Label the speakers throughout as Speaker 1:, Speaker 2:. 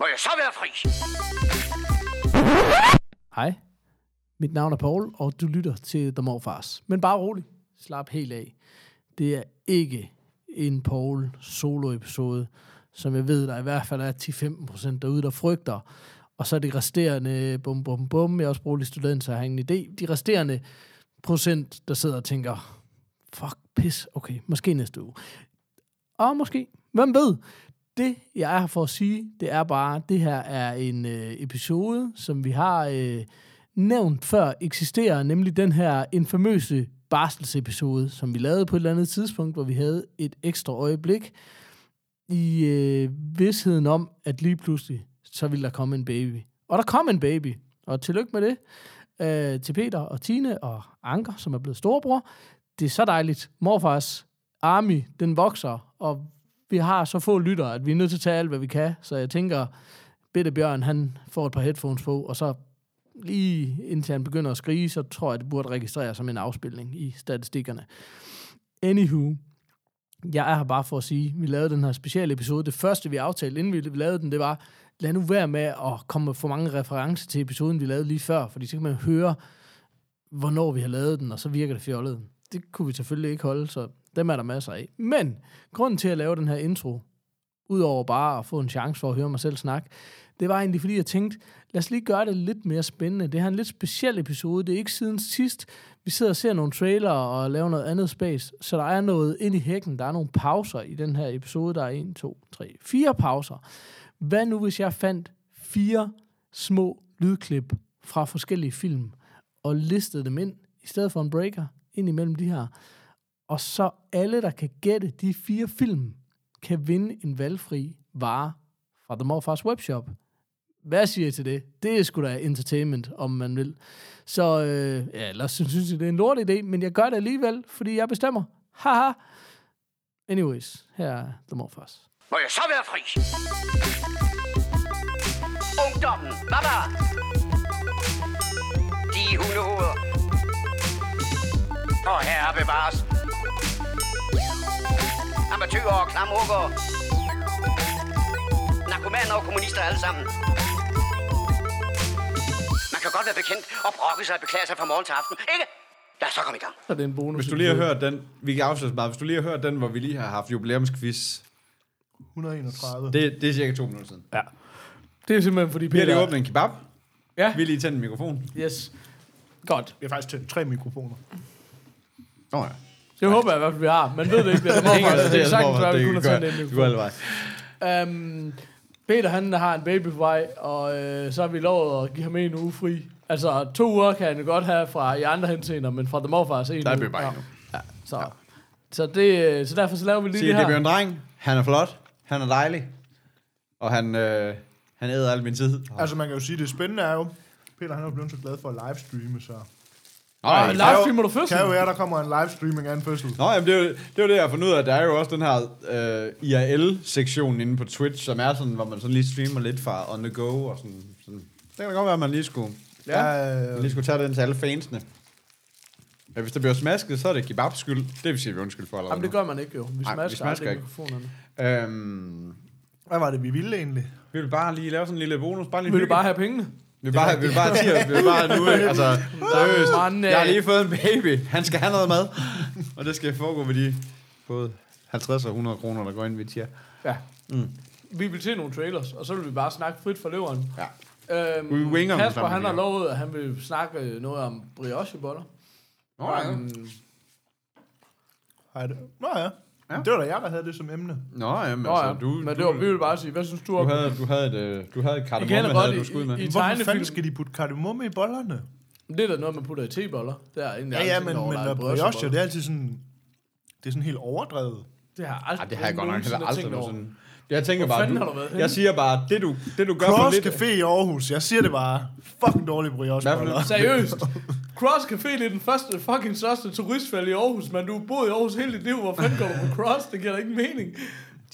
Speaker 1: Må jeg så være fri?
Speaker 2: Hej, mit navn er Paul, og du lytter til The Morfars. Men bare rolig, slap helt af. Det er ikke en Paul solo-episode, som jeg ved, der i hvert fald er 10-15% derude, der frygter. Og så er de resterende, bum bum bum, jeg er også brugelig student, så jeg har ingen idé. De resterende procent, der sidder og tænker, fuck, pis, okay, måske næste uge. Og måske, hvem ved? Det, jeg er her for at sige, det er bare, det her er en øh, episode, som vi har øh, nævnt før eksisterer, nemlig den her infamøse barselsepisode, som vi lavede på et eller andet tidspunkt, hvor vi havde et ekstra øjeblik i øh, vidsheden om, at lige pludselig, så ville der komme en baby. Og der kom en baby, og tillykke med det øh, til Peter og Tine og Anker, som er blevet storebror. Det er så dejligt. Morfars army, den vokser, og vi har så få lyttere, at vi er nødt til at tage alt, hvad vi kan. Så jeg tænker, Bitte Bjørn, han får et par headphones på, og så lige indtil han begynder at skrige, så tror jeg, det burde registreres som en afspilning i statistikkerne. Anywho, jeg er her bare for at sige, vi lavede den her speciale episode. Det første, vi aftalte, inden vi lavede den, det var, lad nu være med at komme med for mange referencer til episoden, vi lavede lige før, fordi så kan man høre, hvornår vi har lavet den, og så virker det fjollet. Det kunne vi selvfølgelig ikke holde, så dem er der masser af. Men grunden til at lave den her intro, udover bare at få en chance for at høre mig selv snakke, det var egentlig, fordi jeg tænkte, lad os lige gøre det lidt mere spændende. Det her er en lidt speciel episode. Det er ikke siden sidst. Vi sidder og ser nogle trailer og laver noget andet space, så der er noget ind i hækken. Der er nogle pauser i den her episode. Der er 1, 2, 3, 4 pauser. Hvad nu, hvis jeg fandt fire små lydklip fra forskellige film og listede dem ind, i stedet for en breaker, ind imellem de her? Og så alle, der kan gætte de fire film, kan vinde en valgfri vare fra The Morfars Webshop. Hvad siger I til det? Det er sgu da entertainment, om man vil. Så øh, ja, ellers så synes jeg, det er en lort idé, men jeg gør det alligevel, fordi jeg bestemmer. Haha. Anyways, her er The Morfars.
Speaker 1: Må jeg så være fri? Ungdommen, baba! De hundehoveder. Og herre bevares. Amatøger og klamrukker. Narkomaner og kommunister alle sammen. Man kan godt være bekendt og brokke sig og beklage sig fra morgen til aften, ikke? Lad os så komme i gang.
Speaker 2: Så er det en bonus.
Speaker 3: Hvis du lige har hørt den, vi kan afsløre så meget, hvis du lige har hørt den, hvor vi lige har haft jubilæumsquiz,
Speaker 4: 131. Det.
Speaker 3: det, det er cirka to minutter siden.
Speaker 2: Ja. Det er simpelthen fordi
Speaker 3: Vi har
Speaker 2: Peter...
Speaker 3: lige åbnet en kebab,
Speaker 2: Ja,
Speaker 3: vi har lige tændt en mikrofon. Åh
Speaker 2: yes. Godt.
Speaker 4: Vi har faktisk tændt tre mikrofoner.
Speaker 3: oh, ja.
Speaker 2: Det håber jeg i hvert fald, vi har. Man ved det ikke, det er The
Speaker 3: Ingen
Speaker 2: Morfars. Det er
Speaker 3: resterende
Speaker 2: sagtens, hvad
Speaker 3: forbehold.
Speaker 2: vi
Speaker 3: Det
Speaker 2: kunne
Speaker 3: kan
Speaker 2: have
Speaker 3: gå-
Speaker 2: tændt ind
Speaker 3: Det går alle veje.
Speaker 2: Um, Peter han har en baby på vej, og øh, så har vi lovet at give ham en uge fri. Altså to uger kan han jo godt have fra i andre henseender, men fra The Morfars en
Speaker 3: Der er
Speaker 2: uge.
Speaker 3: baby bare
Speaker 2: ja.
Speaker 3: endnu.
Speaker 2: ja, så. Ja. Så, det, øh, så derfor så laver vi lige
Speaker 3: Siger,
Speaker 2: det
Speaker 3: det
Speaker 2: her.
Speaker 3: bliver en dreng, han er flot, han er dejlig, og han, øh, han æder al min tid. Oh.
Speaker 4: Altså, man kan jo sige, det spændende er jo, Peter han er jo blevet så glad for at livestreame, så...
Speaker 3: Nå,
Speaker 2: Og
Speaker 3: ja,
Speaker 2: en
Speaker 3: der er jo-
Speaker 2: livestreamer du
Speaker 4: Kan jo
Speaker 2: fødsel?
Speaker 4: være, der kommer en livestreaming af en fødsel.
Speaker 3: Nå, jamen, det, er jo, det er jo det, jeg har fundet ud af. Der er jo også den her øh, IRL-sektion inde på Twitch, som er sådan, hvor man sådan lige streamer lidt fra on the go og sådan. sådan. Det kan da godt være, at man lige skulle,
Speaker 4: Ja.
Speaker 3: man
Speaker 4: Øh,
Speaker 3: lige skulle tage den til alle fansene. Ja, hvis der bliver smasket, så er det kebabs skyld. Det vil sige, at vi er undskyld for allerede
Speaker 2: Jamen det gør man ikke jo. Vi
Speaker 3: Nej, vi
Speaker 2: smasker, Ej, vi
Speaker 3: smasker
Speaker 2: smasker
Speaker 3: ikke.
Speaker 2: mikrofonerne.
Speaker 3: gør... øhm,
Speaker 4: hvad var det, vi ville egentlig?
Speaker 3: vi vil bare lige lave sådan en lille bonus. Bare lige
Speaker 2: Vil du
Speaker 3: hygge.
Speaker 2: bare have pengene?
Speaker 3: Vi vil bare, vi vil bare, tier, vi vil bare nu, ikke? altså, seriøst.
Speaker 2: Nå, nej.
Speaker 3: Jeg har lige fået en baby. Han skal have noget mad. Og det skal foregå med de både 50 og 100 kroner, der går ind ved tier.
Speaker 2: Ja. Mm. Vi vil se nogle trailers, og så vil vi bare snakke frit for løveren.
Speaker 3: Ja.
Speaker 2: Øhm,
Speaker 3: Vi winger dem
Speaker 2: Kasper
Speaker 3: sammen,
Speaker 2: han
Speaker 3: ja.
Speaker 2: har lovet, at han vil snakke øh, noget om briocheboller. Øhm,
Speaker 3: Nå, ja. altså,
Speaker 4: Har jeg det? Nå ja.
Speaker 3: Ja.
Speaker 4: ja. Det var da jeg, der havde det som emne.
Speaker 3: Nå, jamen,
Speaker 2: Nå ja,
Speaker 3: altså, du,
Speaker 2: men
Speaker 3: du,
Speaker 2: det var, vi ville bare sige, hvad synes du
Speaker 3: du,
Speaker 2: om
Speaker 3: havde, du havde et, øh, du havde et
Speaker 2: Jeg kender
Speaker 3: kardemomme,
Speaker 2: godt
Speaker 3: havde du
Speaker 2: i-
Speaker 3: skudt med.
Speaker 2: i-
Speaker 4: Hvorfor
Speaker 2: tegnefilm.
Speaker 4: fanden skal de putte kardemomme i bollerne?
Speaker 2: Det er da noget, man putter i teboller. Det er egentlig
Speaker 4: Ja, ja, men, men når brioche, det er altid sådan... Det er sådan helt overdrevet.
Speaker 2: det har jeg aldrig
Speaker 3: Ej, det har jeg godt nok heller aldrig
Speaker 2: tænkt over.
Speaker 3: nogensinde. Jeg tænker
Speaker 2: Hvor
Speaker 3: bare,
Speaker 2: fanden har
Speaker 3: du,
Speaker 2: du været henne?
Speaker 3: jeg siger bare, det du, det du gør for
Speaker 4: Cross
Speaker 3: lidt...
Speaker 4: Café i Aarhus. Jeg siger det bare. Fucking dårlige brioche
Speaker 3: Hvad for
Speaker 4: boller.
Speaker 3: noget?
Speaker 2: Seriøst. Cross Café, det er den første, fucking største turistfælde i Aarhus, men du har boet i Aarhus hele dit liv. Hvor fanden går du på Cross? Det giver da ikke mening.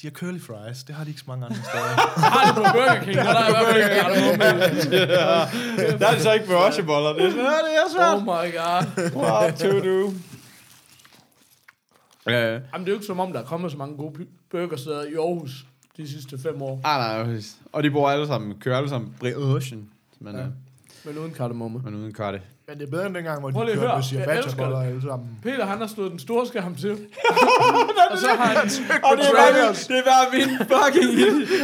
Speaker 4: De har curly fries. Det har de ikke så mange andre steder.
Speaker 2: Har du på Burger King, og der er i hvert fald ikke kardemomme.
Speaker 3: Der er det så ikke briocheboller. Det er sådan, "Ah, det er
Speaker 2: Oh
Speaker 3: svært.
Speaker 2: my god.
Speaker 3: What to do? Øh,
Speaker 2: Jamen, det er jo ikke som om, der er kommet så mange gode burgersteder i Aarhus. de sidste fem år.
Speaker 3: Ah, nej, præcis. Og de bor alle sammen, kører alle sammen Brit Ocean. Men, ja. øh,
Speaker 5: Men uden kardemomme.
Speaker 3: men uden karate.
Speaker 4: Men det er bedre end dengang, hvor de
Speaker 2: Prøv lige at
Speaker 4: kørte
Speaker 2: høre.
Speaker 4: med
Speaker 2: Jeg elsker
Speaker 4: sirbachaboller
Speaker 2: det.
Speaker 4: alle sammen.
Speaker 2: Peter, han har slået den store skærm til. og så har han...
Speaker 3: Og det er bare, min- det er bare min fucking...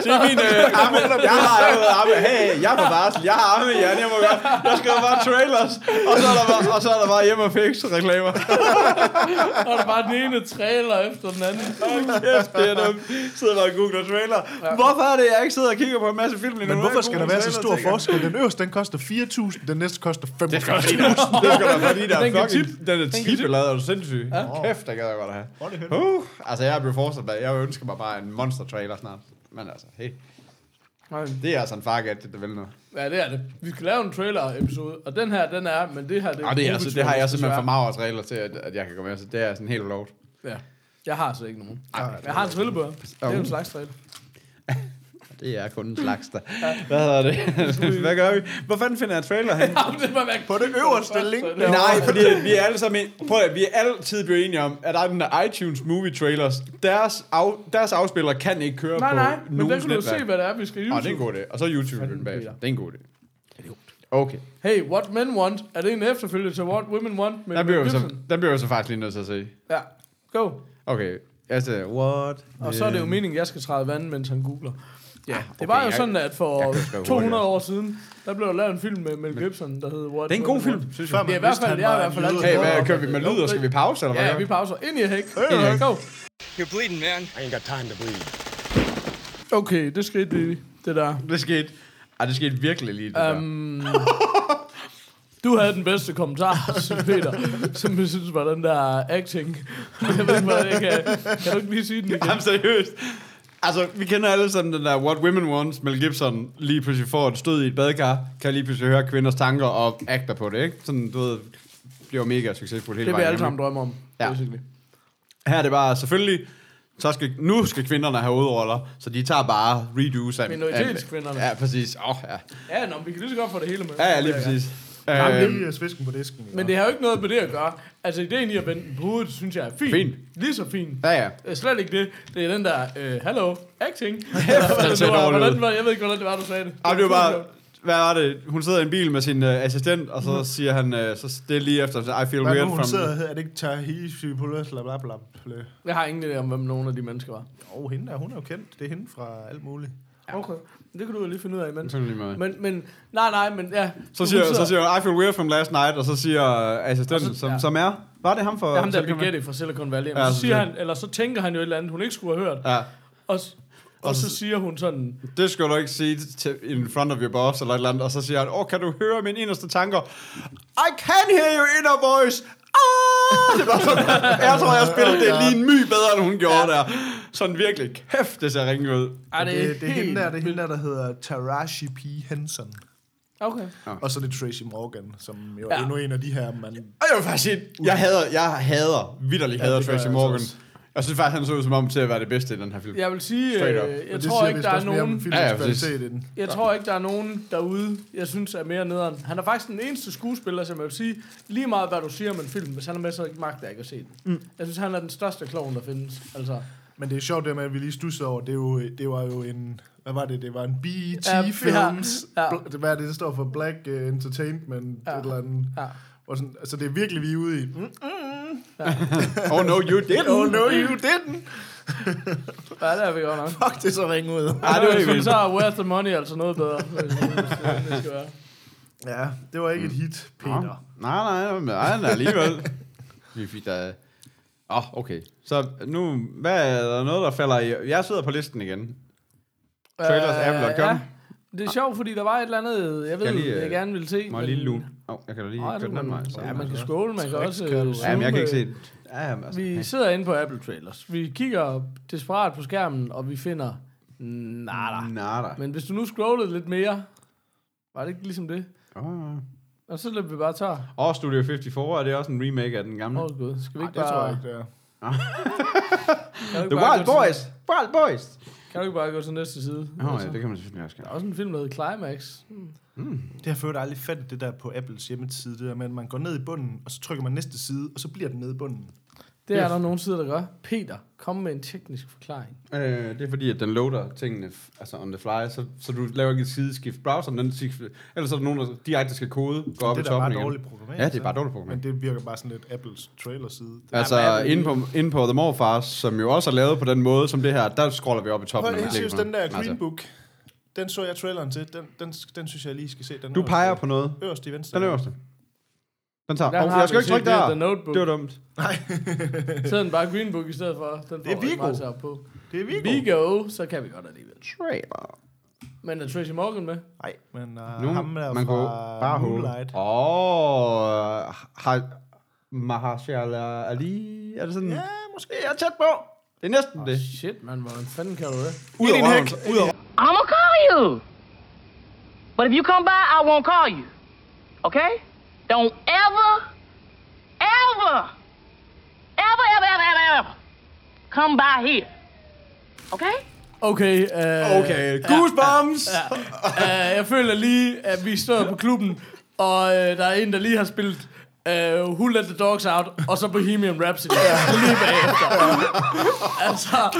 Speaker 3: Det er min... Øh, arme, jeg har arme, arme. Hey, jeg er på barsel. Jeg har arme, Jan. Jeg må gøre. Jeg skriver bare trailers. Og så er der bare, og så er der bare hjemme og fix reklamer.
Speaker 2: Og der bare den ene trailer efter den anden.
Speaker 3: Hold kæft, det er dumt. Sidder bare og googler trailer. Hvorfor er det, jeg ikke sidder og kigger på en masse film lige nu?
Speaker 4: Men hvorfor skal der være så stor
Speaker 3: forskel?
Speaker 4: forskel? Den øverste, den koster 4.000, den næste koster 5.000. Det
Speaker 3: Det skal da fordi, der
Speaker 2: Den
Speaker 3: er
Speaker 2: kan
Speaker 3: fucking... Den er tippet, er du sindssyg? Ja. Kæft, der gad jeg godt at have. Uh, altså, jeg er blevet fortsat med, jeg ønsker mig bare en monster-trailer snart. Men altså, hey.
Speaker 5: Nej.
Speaker 3: Det er altså en fargat, det der vil noget.
Speaker 2: Ja, det er det. Vi skal lave en trailer-episode, og den her, den er, men det her, det er...
Speaker 3: Og det, er, altså, det har jeg simpelthen for
Speaker 2: desværre.
Speaker 3: meget trailer til, at, at jeg kan gå med. Så det er sådan helt lovt.
Speaker 2: Ja. Jeg har altså ikke nogen. Jeg har en trillebør. Det er jo en slags trailer.
Speaker 3: Det er kun en slags, der. Hvad hedder det? Hvad gør vi? Hvor fanden finder jeg trailer hen?
Speaker 2: Jamen, det var væk.
Speaker 4: På det øverste link.
Speaker 3: Nej, fordi vi er alle sammen en, prøv at, vi er altid blevet enige om, at der er den der iTunes movie trailers. Deres, af, deres afspillere kan ikke køre
Speaker 2: Nej,
Speaker 3: på
Speaker 2: nej, men der
Speaker 3: nogens
Speaker 2: kan du jo
Speaker 3: netværk.
Speaker 2: se, hvad det er, vi skal
Speaker 3: Åh,
Speaker 2: YouTube.
Speaker 3: det er en god idé. Og så YouTube den bag. Det er en god idé. Okay.
Speaker 2: Hey, What Men Want. Er det en efterfølge til What Women Want? Med
Speaker 3: Den bliver, vi
Speaker 2: Mel
Speaker 3: så,
Speaker 2: Gibson?
Speaker 3: den bliver vi så faktisk lige nødt til at se.
Speaker 2: Ja, go.
Speaker 3: Okay. Altså, what?
Speaker 2: Og så er det jo meningen, at jeg skal træde vand, mens han googler. Ja, ah, okay, det var jo
Speaker 3: Øh. jeg-
Speaker 2: sådan, at
Speaker 3: jeg kan skrive
Speaker 2: for
Speaker 3: hurtigere.
Speaker 2: 200 år siden, der blev der lavet en film med Mel Gibson, der hed What
Speaker 3: Det er en
Speaker 2: Women
Speaker 3: god film,
Speaker 2: Want.
Speaker 3: synes
Speaker 4: Før
Speaker 3: jeg.
Speaker 4: man
Speaker 2: Det er i hvert
Speaker 4: vidste,
Speaker 2: fald-
Speaker 4: han
Speaker 2: jeg er i
Speaker 4: var
Speaker 2: hvert fald
Speaker 4: en
Speaker 2: altid-
Speaker 3: Hey,
Speaker 4: jøde.
Speaker 3: hvad kører vi med lyd, og skal vi pause, eller hvad?
Speaker 2: Ja,
Speaker 3: gør
Speaker 2: vi pauser. Ind i hæk.
Speaker 3: Ind i hæk.
Speaker 2: Go.
Speaker 6: You're bleeding, man.
Speaker 2: Okay, det skete lige, det der.
Speaker 3: Det skete. Ej, det skete virkelig lige, det um,
Speaker 2: Um, du havde den bedste kommentar, Peter, som jeg synes var den der acting. Jeg ved ikke, hvordan jeg kan, kan du ikke lige sige den igen?
Speaker 3: der. Jamen, seriøst. Altså, vi kender alle sammen den der What Women Want, Mel Gibson lige pludselig får et stød i et badekar, kan lige pludselig høre kvinders tanker og agter på det, ikke? Sådan, du ved, bliver mega succesfuld hele
Speaker 2: Det vi
Speaker 3: vejen.
Speaker 2: alle
Speaker 3: igennem.
Speaker 2: sammen drømmer om,
Speaker 3: Ja.
Speaker 2: ja. basically.
Speaker 3: Her er det bare selvfølgelig, så skal, nu skal kvinderne have hovedroller, så de tager bare redos af...
Speaker 2: Minoritetskvinderne.
Speaker 3: af- Ja, præcis. Åh, oh, ja.
Speaker 2: Ja, nå, men vi kan lige så godt få det hele med.
Speaker 3: Ja, ja, lige præcis.
Speaker 4: Jamen,
Speaker 3: Øhm,
Speaker 4: det er øh, svisken på disken.
Speaker 2: Men det har jo ikke noget med det at gøre. Altså, ideen i at vende den på hovedet, synes jeg er fin.
Speaker 3: Fin.
Speaker 2: Lige så fin.
Speaker 3: ja, ja.
Speaker 2: Det er slet ikke det. Det er den der, øh, hello, acting.
Speaker 3: den ser
Speaker 2: det var,
Speaker 3: dårlig ud.
Speaker 2: hvordan var, jeg ved ikke, hvordan det var, du sagde det.
Speaker 3: Ej, det var bare, hvad var det? Hun sidder i en bil med sin øh, assistent, og så siger han, øh, så det er lige efter, I feel
Speaker 4: Hvad
Speaker 3: weird
Speaker 4: nu, hun
Speaker 3: from...
Speaker 4: sidder og hedder, er det ikke Tahiti Pulas, bla bla bla. bla.
Speaker 2: Jeg har ingen idé om, hvem nogen af de mennesker var.
Speaker 4: Jo, hende der, hun er jo kendt. Det er hende fra alt muligt.
Speaker 2: Okay, det kan du jo lige finde ud af imens.
Speaker 3: Sådan lige meget.
Speaker 2: Men, men, nej, nej, men ja.
Speaker 3: Så siger,
Speaker 2: hun
Speaker 3: så
Speaker 2: sidder-
Speaker 3: siger I feel weird from last night, og så siger øh, assistenten,
Speaker 2: Og så-
Speaker 3: som,
Speaker 2: ja.
Speaker 3: som er... Var det ham for...
Speaker 2: Det er ham der
Speaker 3: Silicon Valley?
Speaker 2: Biggetti fra Silicon Valley.
Speaker 3: Ja,
Speaker 2: Ja, så
Speaker 3: så
Speaker 2: siger
Speaker 3: siger-
Speaker 2: han, eller så tænker han jo et eller andet, hun ikke skulle have hørt.
Speaker 3: Ja,
Speaker 2: Og, s- og så siger hun sådan,
Speaker 3: det skal du ikke sige til, in front of your boss eller et eller andet. Og så siger han, åh, kan du høre mine inderste tanker? I can hear your inner voice! Ah! Det var sådan, jeg tror, jeg spillede det lige en my bedre, end hun gjorde der. Sådan virkelig, kæft, det ser ringe ud.
Speaker 2: er det,
Speaker 4: det, det er hende
Speaker 2: helt...
Speaker 4: der, det er hende der, der hedder Taraji P. Henson.
Speaker 2: Okay.
Speaker 4: Og så er det Tracy Morgan, som jo
Speaker 2: Ja.
Speaker 4: er endnu en af de her, man...
Speaker 3: Og jeg vil faktisk sige, jeg hader, jeg hader, vidderligt hader
Speaker 4: det gør
Speaker 3: Tracy
Speaker 4: jeg
Speaker 3: Morgan.
Speaker 4: altså
Speaker 3: Jeg synes faktisk, han så ud som om til at være det bedste i den her film.
Speaker 2: Jeg vil sige,
Speaker 3: Straight up.
Speaker 2: øh,
Speaker 4: Og
Speaker 2: jeg
Speaker 4: det
Speaker 2: tror
Speaker 4: siger
Speaker 2: ikke,
Speaker 4: vist
Speaker 2: der er
Speaker 4: også mere om
Speaker 2: nogen...
Speaker 4: filmens
Speaker 3: Ja, ja, præcis.
Speaker 4: kvalitet i den.
Speaker 2: Jeg tror ikke, der er nogen derude, jeg synes er mere nederen. Han er faktisk den eneste skuespiller, som jeg vil sige, lige meget hvad du siger om en film, hvis han er med, så magter jeg ikke at se den. Mm. Jeg synes, han er den største klovn, der findes. Altså,
Speaker 4: Men det er sjovt det med, at vi lige stussede over, det, er jo, det var jo en, hvad var det, det var en BET
Speaker 2: Ja, ja,
Speaker 4: Films,
Speaker 2: ja.
Speaker 4: ja. Bl- hvad er det, det står for Black uh, Entertainment, ja.
Speaker 2: Ja,
Speaker 4: et eller andet.
Speaker 2: ja.
Speaker 4: Og sådan, altså det er virkelig, vi er ude i. Mm,
Speaker 3: Oh no, you didn't!
Speaker 4: oh no, you didn't!
Speaker 2: ja, det er vi godt nok.
Speaker 4: Fuck, det er så ringe ud.
Speaker 3: Ej, det
Speaker 2: jeg
Speaker 3: var ikke
Speaker 2: synes,
Speaker 3: vildt.
Speaker 2: så er Where's the Money altså noget bedre. hvis det skal være.
Speaker 4: Ja, det var ikke et hit, Peter.
Speaker 3: Nej, nej, men nej, nej, alligevel. Vi fik da... Åh, oh, okay. Så nu, hvad er der noget, der falder i? Jeg sidder på listen igen. Trailers,
Speaker 2: Øh,
Speaker 3: Apple, kom.
Speaker 2: Det er sjovt, fordi der var et eller andet, jeg ved,
Speaker 3: jeg
Speaker 2: jeg,
Speaker 3: lige,
Speaker 2: lige, jeg
Speaker 3: øh,
Speaker 2: gerne ville se.
Speaker 3: Må jeg lige lune? Åh, oh, jeg kan da lige
Speaker 2: Nå, ja,
Speaker 3: køre
Speaker 2: det
Speaker 3: den
Speaker 2: kan
Speaker 3: anden vej.
Speaker 2: man,
Speaker 3: så-
Speaker 2: ja, man kan skåle, man kan også... øh,
Speaker 4: kan du-
Speaker 3: Ja, men jeg kan ikke
Speaker 2: zoome.
Speaker 3: se det. Ja, jamen, altså,
Speaker 2: Vi sidder inde på Apple Trailers. Vi kigger desperat på skærmen, og vi finder... Nada.
Speaker 3: Nada.
Speaker 2: Men hvis du nu scrollede lidt mere, var det ikke ligesom det?
Speaker 3: Åh,
Speaker 2: Og så løb vi bare tør.
Speaker 3: oh, Studio 54, er det også en remake af den gamle?
Speaker 2: Åh oh, gud, skal vi
Speaker 4: Nej,
Speaker 2: ikke
Speaker 4: det tror jeg
Speaker 2: bare...
Speaker 4: ikke, det er.
Speaker 2: Kan du ikke
Speaker 3: The
Speaker 2: bare
Speaker 3: Wild
Speaker 2: gå til-
Speaker 3: Boys! Wild Boys!
Speaker 2: Kan du ikke bare gå til næste side?
Speaker 3: Åh, oh, ja, det kan man selvfølgelig også
Speaker 2: Der
Speaker 3: gøre.
Speaker 2: er også en film, der hedder Climax.
Speaker 4: Det har ført aldrig fattet det der på Apples hjemmeside, det der med, at man går ned i bunden, og så trykker man næste side, og så bliver den nede i bunden.
Speaker 2: Det er der nogen sider, der gør. Peter, kom med en teknisk forklaring.
Speaker 3: Øh, det er fordi, at den loader tingene f- altså on the fly, så, så du laver ikke et sideskift browser, den sig- ellers er der nogen, der direkte skal kode, går op i
Speaker 4: det er da
Speaker 3: toppen
Speaker 4: bare
Speaker 3: igen.
Speaker 4: dårligt altså. programmeret.
Speaker 3: Ja, det er
Speaker 4: så.
Speaker 3: bare dårligt programmeret.
Speaker 4: Men det virker bare sådan lidt Apples trailer-side. Det-
Speaker 3: Altså,
Speaker 4: Jamen,
Speaker 3: inde
Speaker 4: Apple-
Speaker 3: på, inde på The Morfars, som jo også er lavet på den måde som det her, der scroller vi op i toppen.
Speaker 4: Prøv
Speaker 3: når
Speaker 4: lige
Speaker 3: man
Speaker 4: at seriøst,
Speaker 3: klikker på
Speaker 4: den der
Speaker 3: Altså,
Speaker 4: Green Book, den så jeg traileren til, den, den, den synes jeg lige skal se. Den
Speaker 3: Du
Speaker 4: øverste-
Speaker 3: peger på noget.
Speaker 4: Øverst i venstre.
Speaker 3: Den øverste. Den tager.
Speaker 2: Der
Speaker 3: Oh,
Speaker 2: har
Speaker 3: jeg skal
Speaker 2: vi
Speaker 3: ikke trykke
Speaker 2: set, det
Speaker 3: der.
Speaker 2: er The Notebook.
Speaker 3: Det var dumt.
Speaker 2: Så er den bare Green Book i stedet for. Den får
Speaker 4: Det er
Speaker 2: rigtig
Speaker 4: Vigo.
Speaker 2: meget sat op på.
Speaker 4: Det er Vigo.
Speaker 2: Vigo, så kan vi godt alligevel.
Speaker 3: Trailer.
Speaker 2: Men er Tracy Morgan med?
Speaker 4: Nej, men uh,
Speaker 3: Nu,
Speaker 4: ham der
Speaker 3: man
Speaker 4: fra
Speaker 3: kunne bare håbe.
Speaker 4: Moonlight.
Speaker 3: Åh, har Mahershala Ali, er det sådan?
Speaker 4: Ja, måske.
Speaker 3: Jeg er tæt på. Det er næsten det.
Speaker 2: Shit, man, hvordan fanden kan du det?
Speaker 3: Ud
Speaker 4: Ind i en
Speaker 3: over
Speaker 4: hæk.
Speaker 3: røven. Ud over
Speaker 6: I'm gonna call you. But if you come by, I won't call you. Okay? Don't ever, ever, ever, ever, ever, ever, ever come by here. Okay?
Speaker 2: Okay, øh,
Speaker 3: Okay, goosebumps.
Speaker 2: øh, jeg føler lige, at vi står på klubben, og øh, der er en, der lige har spillet øh, Who Let The Dogs Out, og så Bohemian Rhapsody lige bagefter. altså,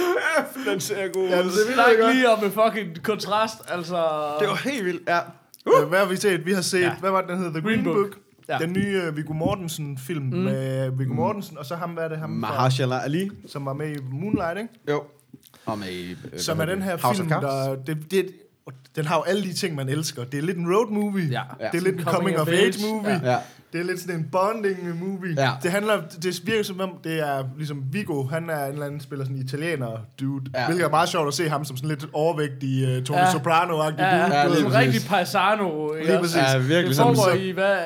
Speaker 3: Den ser god ud.
Speaker 2: snak lige om en fucking kontrast, altså...
Speaker 3: Det var helt vildt. Ja.
Speaker 4: Uh! Hvad har vi set? Vi har set, ja. hvad var det, den hedder? The Green, Book. Book.
Speaker 2: Ja.
Speaker 4: Ja. Den nye uh, Viggo Mortensen-film mm. med Viggo Mortensen, og så ham, hvad er det, ham fra,
Speaker 3: Mahershala Ali.
Speaker 4: som var med i Moonlight, ikke?
Speaker 3: Jo. Og med, øh,
Speaker 4: Som er
Speaker 3: hvad hedder
Speaker 4: den
Speaker 3: det?
Speaker 4: her
Speaker 3: House of
Speaker 4: film,
Speaker 3: Cards.
Speaker 4: der... Det, det, den har jo alle de ting, man elsker. Det er lidt en road movie.
Speaker 2: Ja.
Speaker 4: Det
Speaker 3: Ja.
Speaker 4: er lidt en coming of age movie.
Speaker 3: Ja. Ja.
Speaker 4: Det er lidt sådan en bonding movie.
Speaker 3: Ja.
Speaker 4: Det handler, det virker som om, det er ligesom Vigo, han er en eller anden spiller sådan en italiener dude.
Speaker 3: Ja.
Speaker 4: Ja. Hvilket er meget sjovt at se ham som sådan lidt overvægtig uh, Tony
Speaker 2: Ja.
Speaker 4: ja. Soprano-agtig
Speaker 2: Ja,
Speaker 4: dude.
Speaker 2: ja,
Speaker 3: lige
Speaker 2: ja, en
Speaker 3: præcis.
Speaker 2: rigtig paisano. ikke
Speaker 4: Lige
Speaker 2: også?
Speaker 4: præcis.
Speaker 3: Ja, virkelig
Speaker 2: Det
Speaker 3: sådan.
Speaker 2: foregår i, hvad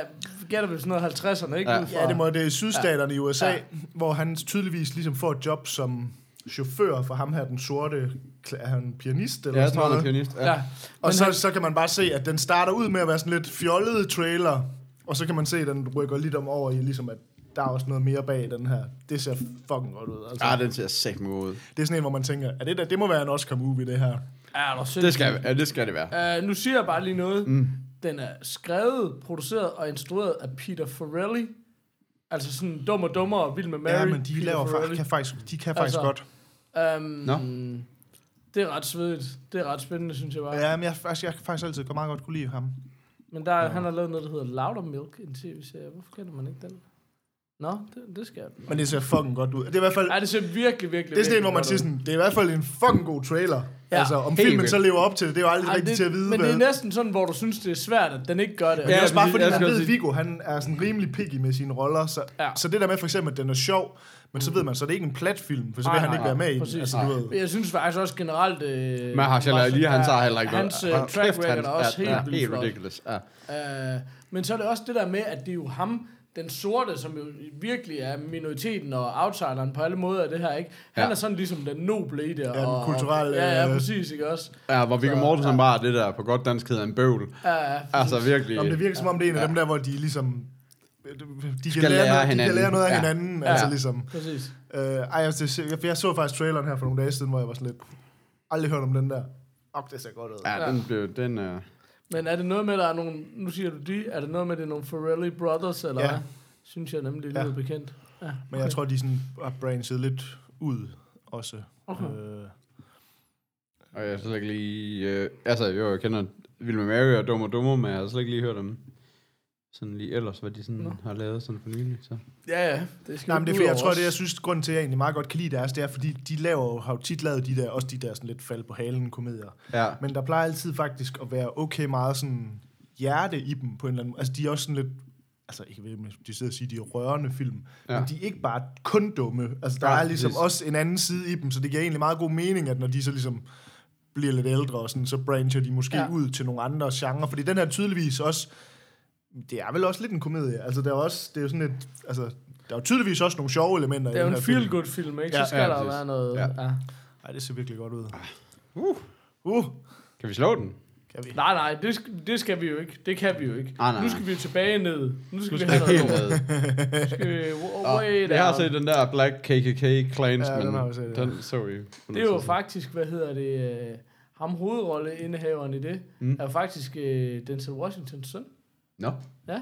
Speaker 2: gætter vi sådan noget 50'erne, ikke?
Speaker 3: Ja.
Speaker 2: Ud fra-
Speaker 4: Ja, det må det er sydstaterne ja. i USA,
Speaker 2: Ja.
Speaker 4: ja. hvor han tydeligvis ligesom får et job som chauffør for ham her, den sorte, kla- er han pianist eller
Speaker 3: Ja, jeg
Speaker 4: sådan
Speaker 3: tror, han er
Speaker 4: noget.
Speaker 3: pianist. Ja.
Speaker 2: Ja. Men
Speaker 4: Og så,
Speaker 2: han-
Speaker 4: så kan man bare se, at den starter ud med at være sådan lidt fjollet trailer, og så kan man se, at den rykker lidt om over i, ligesom at der er også noget mere bag den her. Det ser fucking godt ud. Altså.
Speaker 3: Ah, den ser sæt med ud.
Speaker 4: Det er sådan en, hvor man tænker, at det, der, det må være en Oscar-movie, det her.
Speaker 2: Ja, er du
Speaker 3: Det skal, ja, det skal det være.
Speaker 2: Uh, nu siger jeg bare lige noget. Mm. Den er skrevet, produceret og instrueret af Peter Farrelly. Altså sådan dum og dummere og vild med Mary.
Speaker 4: ja, men de,
Speaker 2: Peter
Speaker 4: laver fa-
Speaker 2: Farrelly.
Speaker 4: kan faktisk, de kan faktisk
Speaker 2: Altså-
Speaker 4: altså, godt.
Speaker 2: Um,
Speaker 3: Nå.
Speaker 2: Det er ret svedigt. Det er ret spændende, synes jeg bare. Ja.
Speaker 4: Ja, men jeg, faktisk, jeg kan faktisk altid meget godt kunne lide ham.
Speaker 2: Men der, er- han har lavet noget, der hedder Louder Milk, en tv-serie. Hvorfor kender man ikke den? Nå, det, det skal jeg.
Speaker 4: Men det ser fucking godt ud. Det er i hvert fald
Speaker 2: Ej, det ser virkelig, virkelig
Speaker 4: Det er sådan en,
Speaker 2: virkelig
Speaker 4: hvor man
Speaker 2: godt
Speaker 4: siger
Speaker 2: ud.
Speaker 4: sådan, det er i hvert fald en fucking god trailer.
Speaker 2: Ja,
Speaker 4: Ja, altså, om
Speaker 3: helt
Speaker 4: filmen
Speaker 3: vildt.
Speaker 4: så lever op til det, det er jo aldrig
Speaker 2: Ej,
Speaker 4: rigtigt
Speaker 2: det,
Speaker 4: til at vide.
Speaker 2: men
Speaker 4: hvad.
Speaker 2: det er næsten sådan, hvor du synes, det er svært, at den ikke gør det.
Speaker 4: det
Speaker 3: Ja,
Speaker 4: er også bare
Speaker 3: præcis,
Speaker 4: fordi,
Speaker 3: jeg
Speaker 4: man
Speaker 3: skal også
Speaker 4: ved, at
Speaker 3: sige-
Speaker 4: Viggo, han er sådan rimelig picky med sine roller. Så,
Speaker 2: Ja.
Speaker 4: ja. så det der med for eksempel, at den er sjov, men så ved man, så er det ikke en plat film, for så
Speaker 2: Nej,
Speaker 4: vil han
Speaker 2: nej,
Speaker 4: ikke være med i
Speaker 2: præcis.
Speaker 4: den. Altså, du ved.
Speaker 2: Men Jeg synes faktisk også generelt... Øh,
Speaker 3: Mahershala Ali, han tager heller ikke noget.
Speaker 2: Hans uh, track record er også
Speaker 3: ja,
Speaker 2: helt vildt
Speaker 3: helt
Speaker 2: flot.
Speaker 3: ridiculous. Ja.
Speaker 2: Øh, men så er det også det der med, at det er jo ham, den sorte, som jo virkelig er minoriteten og outsideren på alle måder af det her, ikke? Han
Speaker 3: Ja.
Speaker 2: ja. er sådan ligesom den noble i det.
Speaker 4: den
Speaker 2: og,
Speaker 4: kulturelle,
Speaker 2: Og, ja, ja,
Speaker 4: øh,
Speaker 2: præcis, ikke også?
Speaker 3: ja, hvor Viggo Mortensen ja. bare er det der på godt dansk hedder en bøvl.
Speaker 2: Ja, ja,
Speaker 3: Altså virkelig.
Speaker 4: Nå, men det virker som om, det er en af dem der, hvor de ligesom... De kan,
Speaker 3: lære
Speaker 4: lære, noget, de
Speaker 3: hinanden.
Speaker 4: kan lære noget af
Speaker 3: Ja.
Speaker 4: hinanden.
Speaker 2: Ja.
Speaker 4: Altså, ligesom.
Speaker 2: præcis.
Speaker 4: Øh, ej, altså, det ser- jeg, jeg så faktisk traileren her for nogle dage siden, hvor jeg var sådan lidt... Aldrig hørt om den der. Og det ser godt ud.
Speaker 3: Ja, den blev, den, øh,
Speaker 2: Men er det noget med, at der er nogle... Nu siger du de. Er det noget med, at det er nogle Farrelly Brothers, eller ja.
Speaker 4: Ja.
Speaker 2: hvad? Synes jeg nemlig, det lyder
Speaker 4: Ja.
Speaker 2: bekendt. Ja,
Speaker 4: Men jeg tror, de sådan har branchet lidt ud også. Okay. Øh,
Speaker 3: og jeg har slet ikke lige... Øh, altså, jo, jeg kender Vilma Mary og Dum og Dummer, men jeg har slet ikke lige hørt om sådan lige ellers, hvad de sådan Nå. har lavet sådan for nylig. Så.
Speaker 2: ja, ja, det skal
Speaker 4: nej, men det er
Speaker 2: ud
Speaker 4: fordi, jeg
Speaker 2: over
Speaker 4: tror,
Speaker 2: os.
Speaker 4: det jeg synes, grunden til, at jeg egentlig meget godt kan lide deres, det er, fordi de laver, jo- har jo tit lavet de der, også de der sådan lidt fald på halen komedier.
Speaker 3: Ja.
Speaker 4: Men der plejer altid faktisk at være okay meget sådan hjerte i dem på en eller anden måde. Altså de er også sådan lidt, altså ikke ved, om de sidder og siger, de er rørende film,
Speaker 3: Ja.
Speaker 4: ja. men de er ikke bare kun dumme. Altså der
Speaker 3: Ja,
Speaker 4: ja, er ligesom
Speaker 3: præcis.
Speaker 4: også en anden side i dem, så det giver egentlig meget god mening, at når de så ligesom bliver lidt ældre, og sådan, så brancher de måske
Speaker 2: Ja.
Speaker 4: ja. ud til nogle andre genrer, fordi den her tydeligvis også, det er vel også lidt en komedie. Altså der er også, det er jo sådan et, altså der er jo tydeligvis også nogle sjove elementer
Speaker 2: Det er
Speaker 4: i
Speaker 2: jo
Speaker 4: den
Speaker 2: en
Speaker 4: her film.
Speaker 2: feel-good film, ikke?
Speaker 3: Ja,
Speaker 2: så skal
Speaker 3: ja,
Speaker 2: der jo
Speaker 3: præcis.
Speaker 2: være noget...
Speaker 3: Ja.
Speaker 2: Ja. Ja.
Speaker 4: Ej, det ser virkelig godt ud.
Speaker 3: Uh,
Speaker 4: Uh,
Speaker 3: kan vi slå den?
Speaker 4: kan vi?
Speaker 2: Nej, nej, det, sk- det skal vi jo ikke. Det kan vi jo ikke.
Speaker 3: Nej, nej,
Speaker 2: nu
Speaker 3: nej.
Speaker 2: skal vi jo tilbage ned. Nu skal vi
Speaker 3: Det
Speaker 2: have
Speaker 3: er helt
Speaker 2: noget.
Speaker 3: med.
Speaker 2: Nu skal vi,
Speaker 3: Og
Speaker 2: wait
Speaker 3: Jeg har
Speaker 2: out.
Speaker 3: set den der Black KKK Clans,
Speaker 4: Ja,
Speaker 3: men
Speaker 4: den har vi set, ja.
Speaker 3: den så vi.
Speaker 2: Det er jo faktisk, hvad hedder det, øh, ham hovedrolleindehaveren i det, mm. er jo faktisk øh, Denzel Washingtons søn.
Speaker 3: Nå.
Speaker 2: Ja,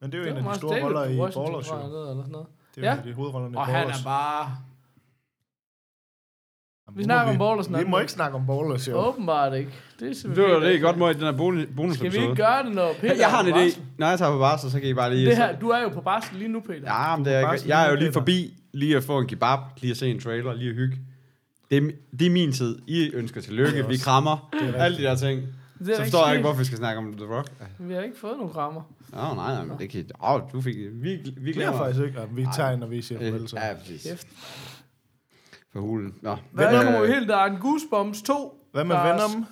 Speaker 4: Men det er jo
Speaker 2: var
Speaker 4: en af de
Speaker 2: Miles
Speaker 4: store
Speaker 2: Davis
Speaker 4: roller
Speaker 2: på
Speaker 4: i
Speaker 2: Washington,
Speaker 4: Ballers,
Speaker 2: tror jeg,
Speaker 4: jo.
Speaker 2: han hedder, eller sådan noget.
Speaker 4: Det er
Speaker 2: Ja.
Speaker 4: jo ja. hovedrollerne i
Speaker 2: Og han
Speaker 4: Ballers.
Speaker 2: er bare...
Speaker 4: Jamen,
Speaker 2: vi
Speaker 4: nu
Speaker 2: snakker
Speaker 4: må
Speaker 2: om Ballers, når
Speaker 4: Vi
Speaker 2: den
Speaker 4: må
Speaker 2: er-
Speaker 4: ikke snakke om Ballers, jo. Oh.
Speaker 2: Åbenbart ikke. Det er
Speaker 3: Det var
Speaker 2: selvfølgelig
Speaker 3: det godt måde i den her bonus-
Speaker 2: Skal
Speaker 3: bonusepisode.
Speaker 2: vi ikke gøre det, når Peter
Speaker 3: Jeg har en
Speaker 2: er på
Speaker 3: idé.
Speaker 2: barsel?
Speaker 3: Når jeg tager på barsel, så kan I bare lige...
Speaker 2: Det her, du er jo på barsel lige nu, Peter.
Speaker 3: Ja, men det er
Speaker 4: barsel
Speaker 3: ikke. Jeg er jo
Speaker 4: lige nu,
Speaker 3: lige
Speaker 4: Peter.
Speaker 3: forbi, lige at få en kebab, lige at se en trailer, lige at hygge. Det er, mi- det er min tid. I ønsker tillykke, vi krammer, alle de der ting.
Speaker 2: er
Speaker 3: Så
Speaker 2: ikke
Speaker 3: forstår jeg
Speaker 2: sket.
Speaker 3: ikke, hvorfor vi skal snakke om The Rock.
Speaker 2: Vi har ikke fået nogen rammer.
Speaker 3: Nå, nej, nej, men det kan... Åh, du fik... Vi, vi
Speaker 4: Det er
Speaker 3: glemmer.
Speaker 4: faktisk ikke. Ja, vi tager når vi siger farvel, så.
Speaker 3: Øh, Ja, præcis.
Speaker 2: Kæft.
Speaker 3: For hulen. Nå.
Speaker 2: Hvad
Speaker 3: men,
Speaker 2: er
Speaker 3: øh,
Speaker 2: det helt der er en Goosebumps 2?
Speaker 4: Hvad med
Speaker 2: Der er-
Speaker 4: Venom?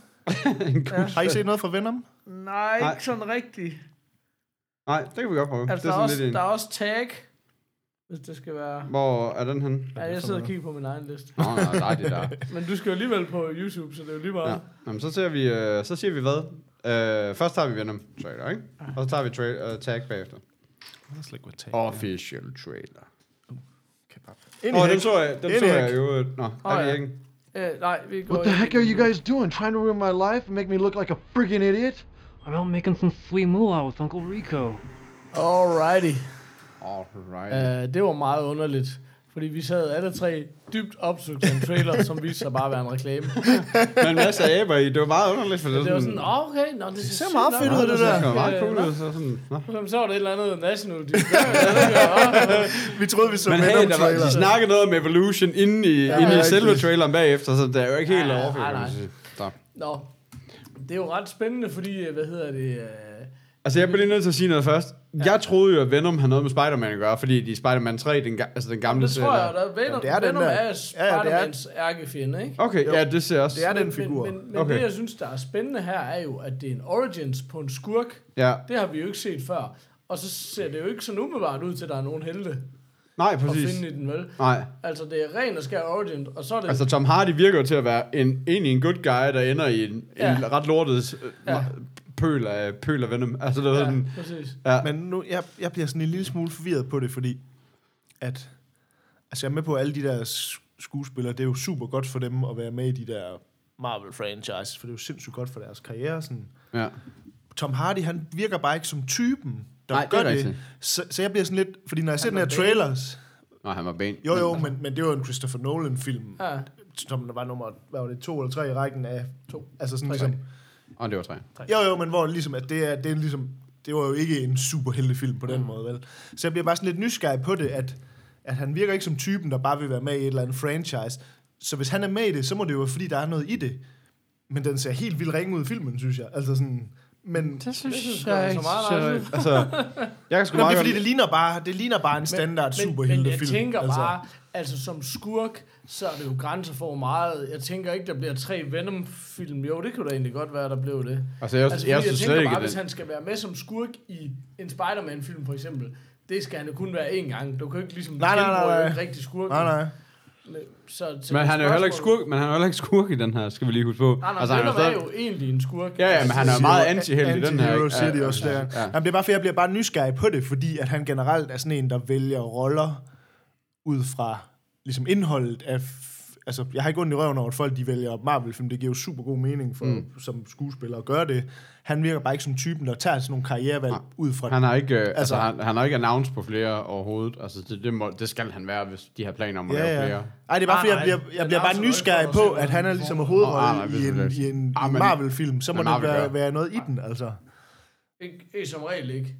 Speaker 4: Har I set noget fra Venom?
Speaker 2: Nej,
Speaker 3: Nej.
Speaker 2: ikke sådan rigtigt.
Speaker 3: Nej, det kan vi godt prøve.
Speaker 2: Altså,
Speaker 3: det
Speaker 2: der,
Speaker 3: er
Speaker 2: er
Speaker 3: sådan
Speaker 2: også,
Speaker 3: lidt en...
Speaker 2: der er også tag, hvis det skal være...
Speaker 3: Hvor er den henne?
Speaker 2: Ja, jeg sidder og kigger på min egen liste.
Speaker 3: Nå, nej, nej, det er der.
Speaker 2: Men du skal jo alligevel på YouTube, så det er jo lige meget.
Speaker 3: Ja.
Speaker 2: Ja.
Speaker 3: Jamen, så, ser vi, øh, så siger vi hvad? Øh, først tager vi Venom trailer, ikke? Og så tager vi tra- øh, tag bagefter.
Speaker 4: Let's look with tape.
Speaker 3: Official trailer.
Speaker 4: Ind i
Speaker 3: Åh, oh, den
Speaker 4: hæk.
Speaker 3: så jeg, den
Speaker 4: Ind
Speaker 3: så
Speaker 4: i
Speaker 3: jeg
Speaker 4: hæk.
Speaker 3: jo. øh, Nå, oh, er
Speaker 2: ja.
Speaker 3: det ikke?
Speaker 2: Øh, nej, vi går
Speaker 7: What the
Speaker 2: ikke
Speaker 7: heck
Speaker 2: ind
Speaker 7: are
Speaker 2: i
Speaker 7: you
Speaker 2: den.
Speaker 7: guys doing? Trying to ruin my life and make me look like a friggin' idiot?
Speaker 8: I'm out making some sweet moolah with Uncle Rico.
Speaker 2: Alrighty.
Speaker 3: Alright.
Speaker 2: Uh, det var meget underligt. Fordi vi sad alle tre dybt opsøgt af en trailer, som viste sig bare at være en reklame.
Speaker 3: Uh, Men masser af aber i, det var meget underligt, for det,
Speaker 2: Det var sådan, åh, okay, nå, det ser
Speaker 4: meget
Speaker 2: sygt
Speaker 4: fedt
Speaker 2: nok
Speaker 4: ud, det der.
Speaker 3: Det var meget
Speaker 2: Øh,
Speaker 3: cool,
Speaker 2: nå.
Speaker 3: ud, så sådan, nå.
Speaker 2: Jamen, Så var det et eller andet national
Speaker 4: Vi troede, vi så
Speaker 3: Men hey,
Speaker 4: Venom
Speaker 3: der var, de
Speaker 4: trailer.
Speaker 3: snakkede noget om Evolution inden i, ja, inden i
Speaker 4: rigtigt.
Speaker 3: selve traileren bagefter, så det er jo ikke helt
Speaker 2: Ja,
Speaker 3: ja, overført.
Speaker 2: nej,
Speaker 3: kan man
Speaker 2: nej.
Speaker 3: sige. Så.
Speaker 2: Nå, det er jo ret spændende, fordi, øh, hvad hedder det... øh,
Speaker 3: Altså, jeg bliver lige nødt til at sige noget først. Ja. Jeg troede jo, at Venom havde noget med Spider-Man at gøre, fordi de Spider-Man 3, den, ga- altså den gamle
Speaker 2: Det tror
Speaker 3: serie.
Speaker 2: jeg, der er Venom,
Speaker 4: det
Speaker 2: er
Speaker 4: er den
Speaker 2: Venom
Speaker 4: der.
Speaker 2: er
Speaker 4: Ja, ja, det er-
Speaker 2: Spider-Mans ærkefjende, ikke?
Speaker 3: Okay, ja, det ser jeg også.
Speaker 4: Det er den figur.
Speaker 2: Men, men, men
Speaker 3: Okay.
Speaker 2: det, jeg synes, der er spændende her, er jo, at det er en origins på en skurk.
Speaker 3: Ja.
Speaker 2: Det har vi jo ikke set før. Og så ser det jo ikke sådan umiddelbart ud til, at der er nogen helte
Speaker 3: Nej,
Speaker 2: at
Speaker 3: præcis.
Speaker 2: finde i den, vel?
Speaker 3: Nej.
Speaker 2: Altså, det er ren og skær origin, og så er det...
Speaker 3: Altså, Tom Hardy virker jo til at være en, egentlig en good guy, der ender i en, ja.
Speaker 2: Ja.
Speaker 3: en ret lortet øh,
Speaker 2: Ja.
Speaker 3: pøl, af, pøl af Venom. Altså, det var
Speaker 2: ja,
Speaker 3: sådan...
Speaker 2: præcis.
Speaker 4: Men nu, jeg, jeg bliver sådan en lille smule forvirret på det, fordi at, altså jeg er med på, at alle de der s- skuespillere, det er jo super godt for dem at være med i de der Marvel-franchises, for det er jo sindssygt godt for deres karriere. Sådan.
Speaker 3: Ja.
Speaker 4: Tom Hardy, han virker bare ikke som typen, der
Speaker 3: Nej, det
Speaker 4: gør
Speaker 3: er
Speaker 4: det.
Speaker 3: rigtigt.
Speaker 4: Så, så jeg bliver sådan lidt... Fordi når jeg ser den her trailers...
Speaker 3: Nå, han var ben.
Speaker 4: Jo, jo, men, men det var en Christopher Nolan-film, ja.
Speaker 2: Ja,
Speaker 4: som var nummer... Hvad var det? To eller tre i rækken af... To. Altså sådan ligesom...
Speaker 3: Og det var tre.
Speaker 4: Jo, jo, men hvor ligesom, at det er, det er ligesom... Det var jo ikke en superheltefilm på den
Speaker 2: Mm.
Speaker 4: måde, vel? Så jeg bliver bare sådan lidt nysgerrig på det, at, at han virker ikke som typen, der bare vil være med i et eller andet franchise. Så hvis han er med i det, så må det jo være, fordi der er noget i det. Men den ser helt vildt ringe ud i filmen, synes jeg. Altså sådan... Men
Speaker 8: This is
Speaker 2: jeg ikke så meget
Speaker 3: Altså, jeg kan sgu
Speaker 4: Nå,
Speaker 3: meget
Speaker 4: det
Speaker 3: godt...
Speaker 4: er fordi, det ligner bare, det ligner bare en standard
Speaker 2: men,
Speaker 4: superheltefilm.
Speaker 2: men jeg tænker altså. bare, altså som skurk, så er det jo grænser for hvor meget. Jeg tænker ikke, der bliver tre Venom-film. Jo, det kunne da egentlig godt være, der blev det.
Speaker 3: Altså, jeg,
Speaker 2: Altså,
Speaker 3: altså,
Speaker 2: fordi jeg,
Speaker 3: jeg, jeg synes slet
Speaker 2: tænker
Speaker 3: ikke,
Speaker 2: bare,
Speaker 3: at
Speaker 2: hvis
Speaker 3: det...
Speaker 2: han skal være med som skurk i en Spider-Man-film, for eksempel, det skal han jo kun være én gang. Du kan jo ikke ligesom
Speaker 4: Nej, nej, nej,
Speaker 2: genbruge
Speaker 4: nej.
Speaker 2: en rigtig skurk.
Speaker 4: Nej, nej.
Speaker 2: Så, så
Speaker 3: Men han er jo heller ikke
Speaker 2: spørgsmålet-
Speaker 3: skurk, men han er jo heller ikke skurk i den her, skal vi lige huske på.
Speaker 2: Nej, nej,
Speaker 3: altså,
Speaker 2: altså,
Speaker 3: han er
Speaker 2: Venom
Speaker 3: jo
Speaker 2: er,
Speaker 3: stadig...
Speaker 2: jo egentlig en skurk. Altså,
Speaker 3: Ja, ja, men han er jo meget anti-held i den her.
Speaker 4: Anti-hero
Speaker 3: ikke?
Speaker 4: siger de også
Speaker 3: ja,
Speaker 4: der.
Speaker 3: ja.
Speaker 4: Jamen, det er bare fordi, jeg bliver bare nysgerrig på det, fordi at han generelt er sådan en, der vælger roller ud fra ligesom indholdet af... f- Altså, jeg har ikke ondt i røven over, at folk de vælger Marvel-film. Det giver jo super god mening for, mm. som skuespiller at gøre det. Han virker bare ikke som typen, der tager sådan nogle karrierevalg ud fra...
Speaker 3: Han har ikke, øh, altså,
Speaker 4: Altså-
Speaker 3: han, han har ikke announced på flere overhovedet. Altså, det, det, må, det skal han være, hvis de har planer om at lave flere.
Speaker 4: Nej, det er bare, fordi
Speaker 2: Nej,
Speaker 4: jeg
Speaker 2: nej.
Speaker 4: bliver, jeg
Speaker 2: Men
Speaker 4: bliver bare
Speaker 2: Lars er jo ikke
Speaker 4: nysgerrig
Speaker 2: for at
Speaker 4: på,
Speaker 2: se,
Speaker 4: at han er
Speaker 2: hvordan
Speaker 4: ligesom
Speaker 2: han
Speaker 3: Nå, nej,
Speaker 4: hovedrolle
Speaker 3: nej,
Speaker 4: i en,
Speaker 3: selvfølgelig.
Speaker 4: i en,
Speaker 3: Ah,
Speaker 4: i en
Speaker 3: men-
Speaker 4: Marvel-film. Så må
Speaker 3: men
Speaker 4: det
Speaker 3: Marvel gør.
Speaker 4: være, være noget i den, altså.
Speaker 2: Ikke, ikke som regel ikke.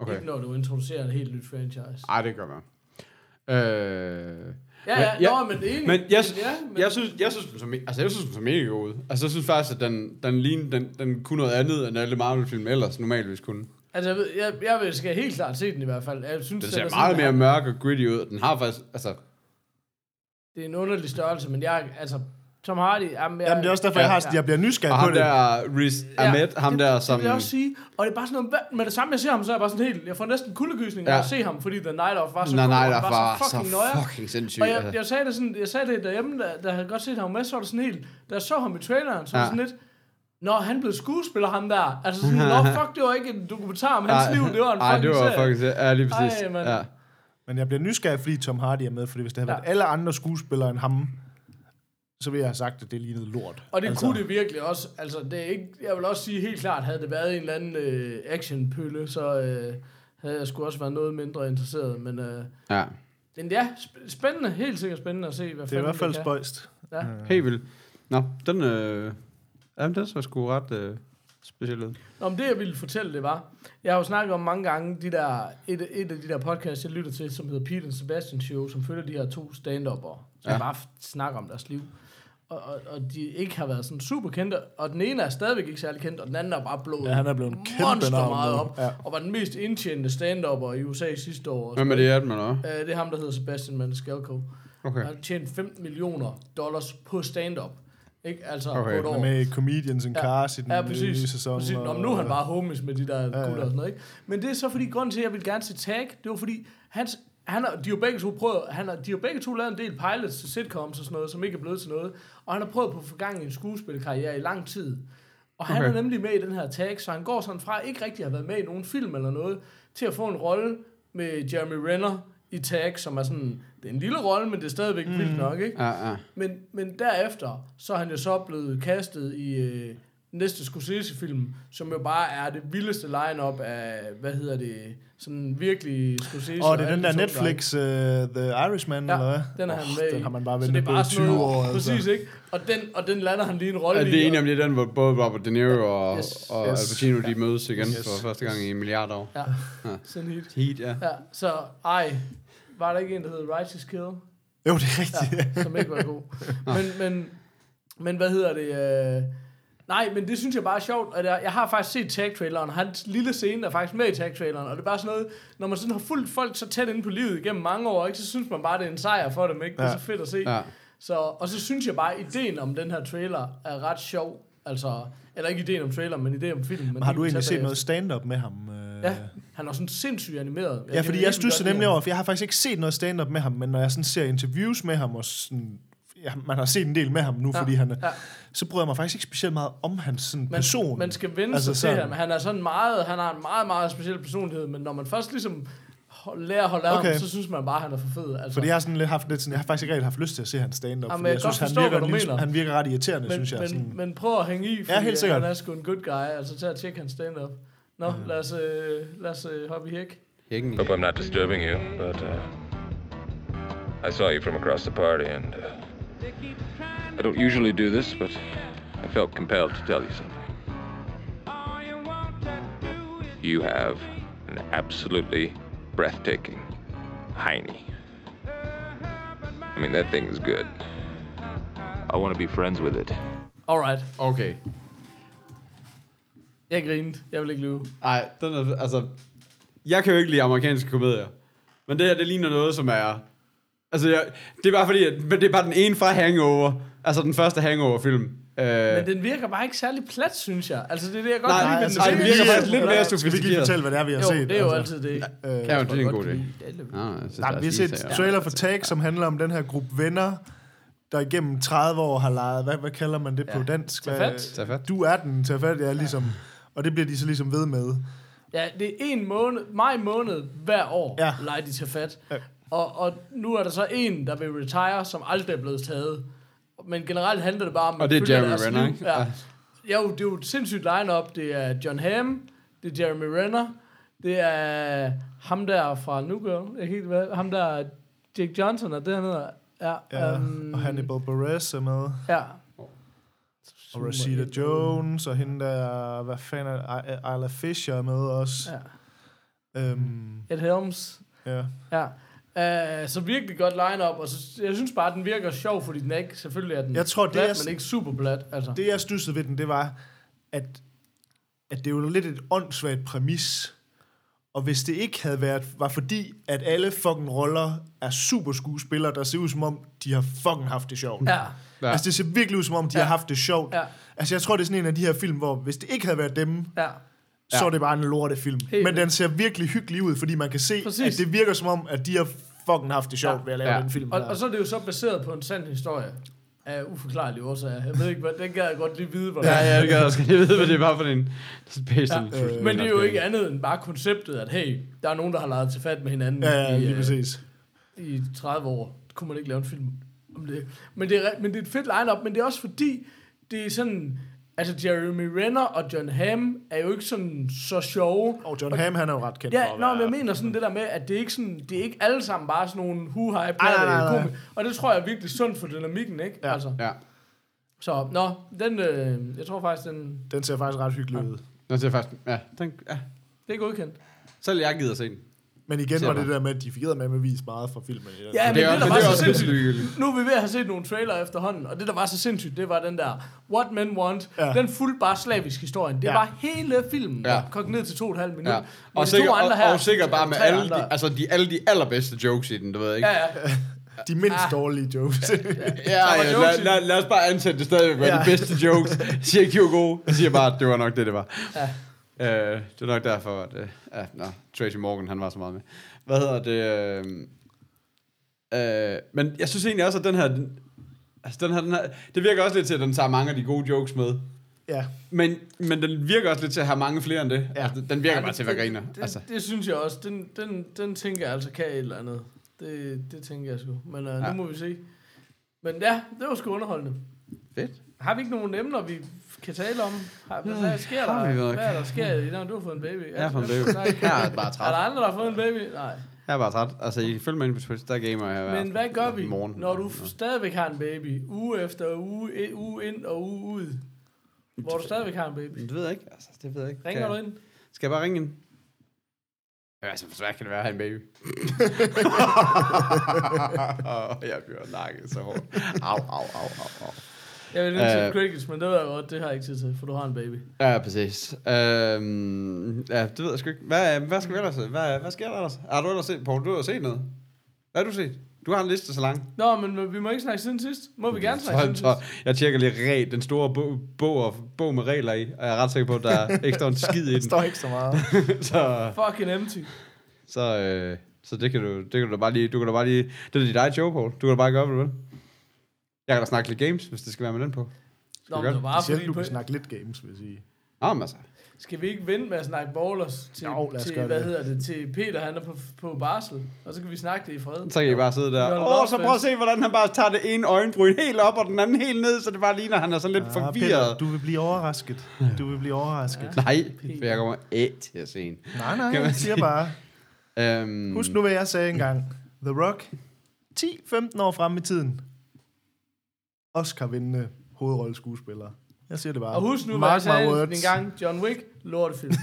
Speaker 3: Okay.
Speaker 2: Ikke når du introducerer et helt nyt franchise.
Speaker 3: Ej, det gør man. Øh,
Speaker 2: Ja, ja,
Speaker 3: Men jeg-
Speaker 2: ja. Nå, men enig.
Speaker 3: men jeg,
Speaker 2: ja, men,
Speaker 3: jeg synes, jeg synes, den så, me- altså, jeg synes, den så mega god. ud. Altså, jeg synes faktisk, at den, den, lignede, den, den kunne noget andet, end alle Marvel-film ellers normalvis kunne.
Speaker 2: Altså, jeg, ved, jeg, jeg vil- skal helt klart se den i hvert fald. Jeg synes,
Speaker 3: Den
Speaker 2: den er
Speaker 3: ser
Speaker 2: sådan,
Speaker 3: meget
Speaker 2: at
Speaker 3: mere mørk og gritty ud. og Den har faktisk, altså,
Speaker 2: Det er en underlig størrelse, men jeg, altså, Tom Hardy... Jamen, jeg,
Speaker 4: Jamen, det er også derfor, jeg, har, jeg bliver
Speaker 3: og
Speaker 4: nysgerrig på
Speaker 3: ham
Speaker 4: det.
Speaker 3: der, Riz Ahmed, ham
Speaker 2: det,
Speaker 3: der,
Speaker 2: det,
Speaker 3: som...
Speaker 2: Det vil jeg også sige. Og det er bare sådan noget, hvad- med det samme, jeg ser ham, så er jeg bare sådan helt... Jeg får næsten kuldegysning, ja.
Speaker 3: Ja.
Speaker 2: at se ham, fordi The Night Of var så
Speaker 3: Nej,
Speaker 2: god,
Speaker 3: nej,
Speaker 2: og
Speaker 3: der
Speaker 2: han
Speaker 3: var så
Speaker 2: nøjeren.
Speaker 3: fucking sindssyg.
Speaker 2: Og jeg,
Speaker 3: altså.
Speaker 2: jeg, sagde det sådan, jeg sagde det derhjemme, da, da jeg havde godt set ham med, så var det sådan helt, da jeg så ham i traileren, så var
Speaker 3: Ja.
Speaker 2: det sådan lidt, Nå, han blev skuespiller, ham der. Altså sådan, nå, fuck, det var ikke en dokumentar om hans
Speaker 3: Ej,
Speaker 2: liv, det var en
Speaker 3: ej,
Speaker 2: fucking
Speaker 3: det var
Speaker 2: serie.
Speaker 3: fucking serie. Ja, lige præcis.
Speaker 2: Ej, mand.
Speaker 3: ja.
Speaker 4: Men jeg bliver nysgerrig, fordi Tom Hardy er med, fordi hvis det havde
Speaker 2: Ja.
Speaker 4: været alle andre skuespillere end ham, så ville jeg have sagt, at det lignede lort.
Speaker 2: Og det altså.
Speaker 4: altså,
Speaker 2: kunne det virkelig også. Altså, det er ikke, jeg vil også sige helt klart, havde det været en eller anden øh, actionpølle, så, øh, havde jeg skulle også været noget mindre interesseret, men... Øh,
Speaker 3: Ja.
Speaker 2: men ja, sp- spændende, helt sikkert spændende at se, hvad
Speaker 4: Det er i hvert fald
Speaker 2: kan.
Speaker 4: spøjst.
Speaker 2: Ja.
Speaker 3: Helt vildt. Nå, den, øh, jamen, den så sgu ret øh, speciel ud.
Speaker 2: Nå, men det jeg ville fortælle, det var, jeg har jo snakket om mange gange, de der, et, et af de der podcasts, jeg lytter til, som hedder Peter and Sebastian Show, som følger de her to stand-up'ere, som
Speaker 3: Ja.
Speaker 2: ja. bare f- snakker om deres liv. Og, og, og, de ikke har været sådan super kendte, og den ene er stadigvæk ikke særlig kendt, og den anden er bare blået
Speaker 4: Ja, han er blevet en kæmpe
Speaker 2: monster
Speaker 4: navn
Speaker 2: meget
Speaker 4: nu.
Speaker 2: op,
Speaker 4: Ja.
Speaker 2: ja. og var den mest indtjente stand-upper i USA sidste år.
Speaker 3: Hvem er det, at man er?
Speaker 2: Øh, det er ham, der hedder Sebastian Maniscalco.
Speaker 3: Okay.
Speaker 2: Han har tjent 15 millioner dollars på stand-up. Ikke? Altså
Speaker 3: Okay.
Speaker 2: på et
Speaker 3: Han
Speaker 2: år.
Speaker 4: Han er med i Comedians in Cars i den
Speaker 2: Ja,
Speaker 4: nye
Speaker 2: præcis.
Speaker 4: sæson.
Speaker 2: præcis. Nå,
Speaker 4: og-
Speaker 2: men nu er han bare homies med de der ja, gutter
Speaker 4: ja.
Speaker 2: og sådan noget, ikke? Men det er så fordi, grunden til, at jeg vil gerne se tag, det var fordi, hans, han har, de har jo begge to prøvet, han har, de har begge to lavet en del pilots til sitcoms og sådan noget, som ikke er blevet til noget. Og han har prøvet på at få gang i en skuespillerkarriere i lang tid. Og han
Speaker 3: Okay.
Speaker 2: er nemlig med i den her tag, så han går sådan fra ikke rigtig at have været med i nogen film eller noget, til at få en rolle med Jeremy Renner i tag, som er sådan, det er en lille rolle, men det er stadigvæk mm. vildt nok, ikke?
Speaker 3: Ja, ja.
Speaker 2: Men, men derefter, så er han jo så blevet kastet i øh, næste Scorsese-film, som jo bare er det vildeste line-up af, hvad hedder det, sådan virkelig Scorsese.
Speaker 4: Åh, det er den
Speaker 2: alle
Speaker 4: der
Speaker 2: de to drenge.
Speaker 4: Netflix uh, The Irishman, eller hvad?
Speaker 2: Ja, den er han
Speaker 4: Åh,
Speaker 2: med i.
Speaker 4: Den har man bare
Speaker 2: Så det
Speaker 4: ventet
Speaker 2: er
Speaker 4: på
Speaker 2: bare
Speaker 4: i
Speaker 2: sådan
Speaker 4: 20
Speaker 2: noget,
Speaker 4: år. altså.
Speaker 2: Præcis, ikke? Og den, og den lander han lige en rolle
Speaker 3: Er det
Speaker 2: i,
Speaker 3: er enige
Speaker 2: og-
Speaker 3: om, det er den, hvor både Robert De Niro og,
Speaker 2: Yes.
Speaker 3: og
Speaker 4: Yes.
Speaker 3: Al Pacino, de mødes igen
Speaker 4: Yes.
Speaker 3: for første gang i en milliard år.
Speaker 2: Ja,
Speaker 3: Ja.
Speaker 2: sådan hit.
Speaker 3: Heat, ja.
Speaker 2: Ja, så ej, var der ikke en, der hed Righteous Kill?
Speaker 4: Jo, det er rigtigt.
Speaker 2: ja, som ikke var god. Men, men, men hvad hedder det? Øh, nej, men det synes jeg bare er sjovt. At jeg, jeg har faktisk set tag-traileren. Hans lille scene er faktisk med i tag-traileren. Og det er bare sådan noget, når man sådan har fulgt folk så tæt inde på livet igennem mange år, ikke, så synes man bare, det er en sejr for dem. Ikke? Det er
Speaker 4: Ja.
Speaker 2: så fedt at se.
Speaker 3: Ja.
Speaker 2: Så, og så synes jeg bare, at ideen om den her trailer er ret sjov. Altså, eller ikke ideen om traileren, men ideen om filmen. Men
Speaker 4: Har
Speaker 2: det
Speaker 4: du
Speaker 2: kan vi
Speaker 4: egentlig
Speaker 2: tage
Speaker 4: set noget
Speaker 2: bagefter.
Speaker 4: stand-up med ham? øh?
Speaker 2: Ja, han er sådan sindssygt animeret.
Speaker 4: Ja,
Speaker 2: kan
Speaker 4: fordi
Speaker 2: virkelig
Speaker 4: jeg studser
Speaker 2: godt lide
Speaker 4: nemlig
Speaker 2: ham.
Speaker 4: over, for jeg har faktisk ikke set noget stand-up med ham, men når jeg sådan ser interviews med ham, og sådan, ja, man har set en del med ham nu,
Speaker 2: Ja,
Speaker 4: fordi han er,
Speaker 2: ja.
Speaker 4: så bryder jeg mig faktisk ikke specielt meget om hans sådan,
Speaker 2: man,
Speaker 4: person.
Speaker 2: Man skal vende
Speaker 4: Altså
Speaker 2: altså sig
Speaker 4: sådan-
Speaker 2: til ham. Han er sådan meget, han har en meget, meget speciel personlighed, men når man først ligesom ho- lærer at holde af
Speaker 4: Okay.
Speaker 2: ham, så synes man bare, at han er for fed. Altså.
Speaker 4: Fordi jeg har, sådan lidt haft lidt sådan, jeg har faktisk ikke rigtig haft lyst til at se hans stand-up,
Speaker 2: Jamen,
Speaker 4: fordi
Speaker 2: jeg
Speaker 4: jeg
Speaker 2: kan
Speaker 4: synes,
Speaker 2: godt
Speaker 4: han
Speaker 2: forstå,
Speaker 4: virker,
Speaker 2: hvad du
Speaker 4: en lille-
Speaker 2: mener.
Speaker 4: han virker ret irriterende,
Speaker 2: men,
Speaker 4: synes jeg.
Speaker 2: men,
Speaker 4: sådan.
Speaker 2: men prøv at hænge i, fordi ja,
Speaker 4: helt
Speaker 2: helt
Speaker 4: sikkert.
Speaker 2: han er sgu en good guy. Altså, tag og tjek hans stand-up. Nå, mm. lad os, øh, lad os øh, hoppe i hæk.
Speaker 3: Hækken i.
Speaker 9: Hope I'm not disturbing you, but uh, I saw you from across the party, and uh, I don't usually do this, but I felt compelled to tell you something. You have an absolutely breathtaking hiney. I mean, that thing is good. I want to be friends with it.
Speaker 2: Alright.
Speaker 3: Okay.
Speaker 2: Jeg grinede. Jeg vil ikke lyve.
Speaker 3: Ej, den er, altså... Jeg kan jo ikke lide amerikanske komedier. Men det her, det ligner noget, som er... Altså, jeg, det er bare fordi, at, men det er bare den ene fra Hangover. Altså, den første Hangover-film. Øh,
Speaker 2: Men den virker bare ikke særlig plat, synes jeg. Altså, det er det, jeg godt
Speaker 3: Nej,
Speaker 2: kan lide.
Speaker 3: nej,
Speaker 2: ved den.
Speaker 3: nej, den
Speaker 2: Det er
Speaker 3: virker
Speaker 2: lige-
Speaker 3: faktisk lidt mere
Speaker 4: Skal vi ikke lige
Speaker 3: sofistikeret.
Speaker 4: fortælle, hvad det er, vi har
Speaker 2: Jo,
Speaker 4: set?
Speaker 2: det er jo
Speaker 4: altså?
Speaker 2: altid det.
Speaker 4: Øh,
Speaker 3: ja, men det er en god
Speaker 2: godt
Speaker 3: idé.
Speaker 2: kan lide alle.
Speaker 3: Nå, jeg synes, der
Speaker 4: Nej,
Speaker 3: er
Speaker 4: vi har set
Speaker 3: spisesager.
Speaker 4: trailer for Tag, som handler om den her gruppe venner, der igennem 30 år har lejet, hvad, hvad kalder man det på dansk? Hvad-
Speaker 2: Tag fat.
Speaker 3: Tag fat.
Speaker 4: Du er den, tag fat, ja, ligesom. Og det bliver de så ligesom ved med.
Speaker 2: Ja, det er en måned, maj måned hver år,
Speaker 4: Ja.
Speaker 2: ja. leger de til fat. Ja. Og, og nu er der så en, der vil retire, som aldrig er blevet taget. Men generelt handler det bare om... at
Speaker 3: Og det er
Speaker 2: følge
Speaker 3: Jeremy
Speaker 2: deres
Speaker 3: Renner,
Speaker 2: liv.
Speaker 3: ikke?
Speaker 2: Ja.
Speaker 3: Ja.
Speaker 2: ja. jo, det er jo et sindssygt line-up. Det er John Hamm, det er Jeremy Renner, det er ham der fra New Girl, jeg kan ikke hvad, ham der Jake Johnson, og det han hedder. Ja,
Speaker 4: Ja,
Speaker 2: ja. Um,
Speaker 4: og Hannibal Buress er med.
Speaker 2: ja.
Speaker 4: Og Rashida Jones, og hende der, hvad fanden er I- I- Isla Fisher er med også.
Speaker 2: ja.
Speaker 4: Ja. Øhm,
Speaker 2: Ed Helms.
Speaker 4: ja.
Speaker 2: Ja. Uh, så virkelig godt line-up, og så, jeg synes bare, at den virker sjov, fordi den er ikke, selvfølgelig er den
Speaker 4: Jeg tror, det
Speaker 2: plat,
Speaker 4: er-
Speaker 2: men ikke super plat. Altså. Det,
Speaker 4: Det, jeg stussede ved den, det var, at, at det er jo lidt et åndssvagt præmis. Og hvis det ikke havde været, var fordi, at alle fucking roller er super skuespillere, der ser ud som om, de har fucking haft det sjovt.
Speaker 2: ja,
Speaker 3: Ja.
Speaker 4: Altså, det ser virkelig ud som om, de ja. har haft det sjovt.
Speaker 2: Ja.
Speaker 4: Altså, jeg tror, det er sådan en af de her film, hvor hvis det ikke havde været dem,
Speaker 2: ja.
Speaker 4: så er det bare en lortefilm.
Speaker 2: Helt
Speaker 4: Men
Speaker 2: vildt.
Speaker 4: den ser virkelig hyggelig ud, fordi man kan se, Præcis.
Speaker 2: Præcis.
Speaker 4: at det virker som om, at de har fucking haft det sjovt ja.
Speaker 2: Ja.
Speaker 4: ved at lave
Speaker 3: Ja.
Speaker 4: ja. den film
Speaker 2: Og,
Speaker 4: her.
Speaker 2: og, så er det jo så baseret på en sand historie af uforklarlige årsager. Jeg ved ikke, hvad, den gad jeg godt lige vide, hvor
Speaker 3: Ja, ja, det gør jeg også. Jeg ved, hvad det var for en... Ja,
Speaker 4: Øh,
Speaker 2: Men det er jo ikke andet end bare konceptet, at hey, der er nogen, der har lejet til fat med hinanden
Speaker 4: ja, ja,
Speaker 2: i,
Speaker 4: lige
Speaker 2: øh,
Speaker 4: præcis.
Speaker 2: i 30 år. Kunne man ikke lave en film om det. Men det er, re- men det er et fedt line-up, men det er også fordi, det er sådan, Altså, Jeremy Renner og John Hamm er jo ikke sådan så sjove.
Speaker 4: Og John Hamm, han er jo ret kendt for
Speaker 2: Ja,
Speaker 4: at
Speaker 2: nå, men
Speaker 4: være-
Speaker 2: jeg mener sådan det der med, at det er ikke sådan, det er ikke alle sammen bare sådan nogle hu-hej
Speaker 4: nej, nej, nej.
Speaker 2: Og det tror jeg er virkelig sundt for dynamikken, ikke? Ja. Altså,
Speaker 3: Ja.
Speaker 2: så, nå, den, øh, jeg tror faktisk, den,
Speaker 4: Den ser faktisk ret hyggelig ud.
Speaker 3: Nå, det er faktisk... Ja, den, ja.
Speaker 2: det er godkendt.
Speaker 3: Selv jeg gider se den.
Speaker 4: Men igen
Speaker 3: Ser
Speaker 4: var
Speaker 3: man.
Speaker 4: det der med, at de fik med med vise meget fra filmen. i den.
Speaker 2: Ja, men det,
Speaker 3: det er
Speaker 2: der
Speaker 3: også, men
Speaker 2: var
Speaker 3: det er
Speaker 2: så
Speaker 3: også lidt
Speaker 2: sindssygt,
Speaker 3: ligegyldigt.
Speaker 2: nu er vi ved at have set nogle trailer efterhånden, og det, der var så sindssygt, det var den der What Men Want. Ja. Den fulgte bare slavisk historien. Det
Speaker 4: Ja.
Speaker 2: var hele filmen,
Speaker 3: Ja.
Speaker 2: ja. kogt ned til to og et halvt minut.
Speaker 3: Ja.
Speaker 2: Men
Speaker 3: Og,
Speaker 2: de
Speaker 3: sikkert,
Speaker 2: to
Speaker 3: og,
Speaker 2: andre her,
Speaker 3: og sikkert bare med
Speaker 2: tre
Speaker 3: alle
Speaker 2: andre.
Speaker 3: de, altså de, alle de allerbedste jokes i den, du ved ikke?
Speaker 2: Ja, ja.
Speaker 4: De mindst
Speaker 2: Ah.
Speaker 4: dårlige jokes.
Speaker 3: ja,
Speaker 2: var
Speaker 3: ja
Speaker 2: jokes
Speaker 3: lad,
Speaker 2: i
Speaker 3: lad, lad, os bare ansætte det stadigvæk med ja. de bedste jokes. Jeg siger ikke, de var gode. Jeg siger bare, at det var nok det, det var. Ja. Øh, det er nok derfor, at øh, ja, no, Tracy Morgan, han var så meget med. Hvad hedder det? Øh, øh, men jeg synes egentlig også, at den her, den, altså den her, den her, det virker også lidt til, at den tager mange af de gode jokes med.
Speaker 4: ja.
Speaker 3: Men, men den virker også lidt til at have mange flere end det. Ja.
Speaker 4: Ja.
Speaker 3: Altså, den virker ja, bare til at være griner.
Speaker 2: Det,
Speaker 3: Altså.
Speaker 2: altså. det synes jeg også. Den, den, den tænker jeg altså kan et eller andet. Det, det tænker jeg sgu. Men øh, ja.
Speaker 3: Ja.
Speaker 2: nu må vi se. Men ja, det var sgu underholdende.
Speaker 3: Fedt.
Speaker 2: Har vi ikke nogen emner, vi kan tale om? Har, hvad, hvad sker der?
Speaker 3: Øh, har vi nok.
Speaker 2: Hvad er der sker? i dag? du har fået en baby.
Speaker 3: Jeg har fået en baby.
Speaker 2: Nej, ikke.
Speaker 3: Jeg er bare træt.
Speaker 2: Er der andre, der har fået en baby? Nej.
Speaker 3: Jeg er bare træt. Altså, I kan følge mig ind på Twitch, der gamer jeg hver
Speaker 2: Men
Speaker 3: aften.
Speaker 2: hvad gør vi,
Speaker 3: Morgen.
Speaker 2: når du stadigvæk har en baby? Uge efter uge, i- uge ind og uge ud. Hvor du stadigvæk har en baby.
Speaker 3: Det ved jeg ikke. Altså, det ved jeg ikke.
Speaker 2: Ringer
Speaker 3: Kan-
Speaker 2: du ind?
Speaker 3: Skal jeg bare ringe ind? Ja, altså, hvor svært kan det være at have en baby? jeg bliver nakket så hårdt. Au, au, au, au, au.
Speaker 2: Jeg vil ind til
Speaker 3: Øh.
Speaker 2: crickets, men det ved jeg godt, det har jeg ikke tid til, for du har en baby.
Speaker 3: Ja, præcis. Øhm, ja, det ved jeg sgu ikke. Hvad, hvad skal vi ellers? Hvad, hvad sker der ellers? Har du ellers set, Poul, du har set noget? Hvad har du set? Du har en liste så lang.
Speaker 2: Nå, men vi må ikke snakke siden sidst. Må vi gerne snakke
Speaker 3: Så,
Speaker 2: siden
Speaker 3: så,
Speaker 2: sidst?
Speaker 3: jeg tjekker lige reg, den store bog, bog, og- bog med regler i, og jeg er ret sikker på, at der er ikke står en skid i den.
Speaker 4: Der står ikke så meget.
Speaker 3: Så,
Speaker 2: Fucking empty.
Speaker 3: så, øh, så det kan du, det kan du bare lige, du kan da bare lige, det er dit eget show, Poul. Du kan da bare gøre, hvad du vil. Jeg kan da snakke lidt games, hvis det skal være med den på.
Speaker 2: Nå,
Speaker 3: vi
Speaker 2: men
Speaker 3: gøre
Speaker 2: det var bare
Speaker 4: Sjældent,
Speaker 2: fordi...
Speaker 4: du kan
Speaker 2: På,
Speaker 4: snakke lidt games, vil jeg sige.
Speaker 3: Nå, men altså.
Speaker 2: skal vi ikke vente med at snakke ballers til,
Speaker 4: Jo, lad os
Speaker 2: til
Speaker 4: gøre
Speaker 2: hvad
Speaker 4: det.
Speaker 2: hedder det, til Peter, han er på, på barsel, og så kan vi snakke det i fred.
Speaker 3: Så kan I bare sidde der.
Speaker 2: Vi holder
Speaker 3: Åh, oh, så
Speaker 2: opfest.
Speaker 3: prøv at se, hvordan han bare tager det ene øjenbryn helt op, og den anden helt ned, så det bare ligner, at han er sådan lidt
Speaker 4: Ah,
Speaker 3: forvirret.
Speaker 4: Peter, du vil blive overrasket. Du vil blive overrasket.
Speaker 3: Nej, for jeg kommer æ til at se en.
Speaker 4: Nej, nej,
Speaker 3: Kan man
Speaker 4: jeg siger
Speaker 3: sige.
Speaker 4: bare.
Speaker 3: Øhm,
Speaker 4: Husk nu, hvad jeg sagde engang. The Rock. 10-15 år frem i tiden. Oscar-vindende hovedrolleskuespiller. Jeg siger det bare.
Speaker 2: Og husk nu, hvad
Speaker 4: Mark
Speaker 2: jeg
Speaker 4: my
Speaker 2: sagde
Speaker 4: words.
Speaker 2: en gang, John Wick, lortefilm.
Speaker 3: Det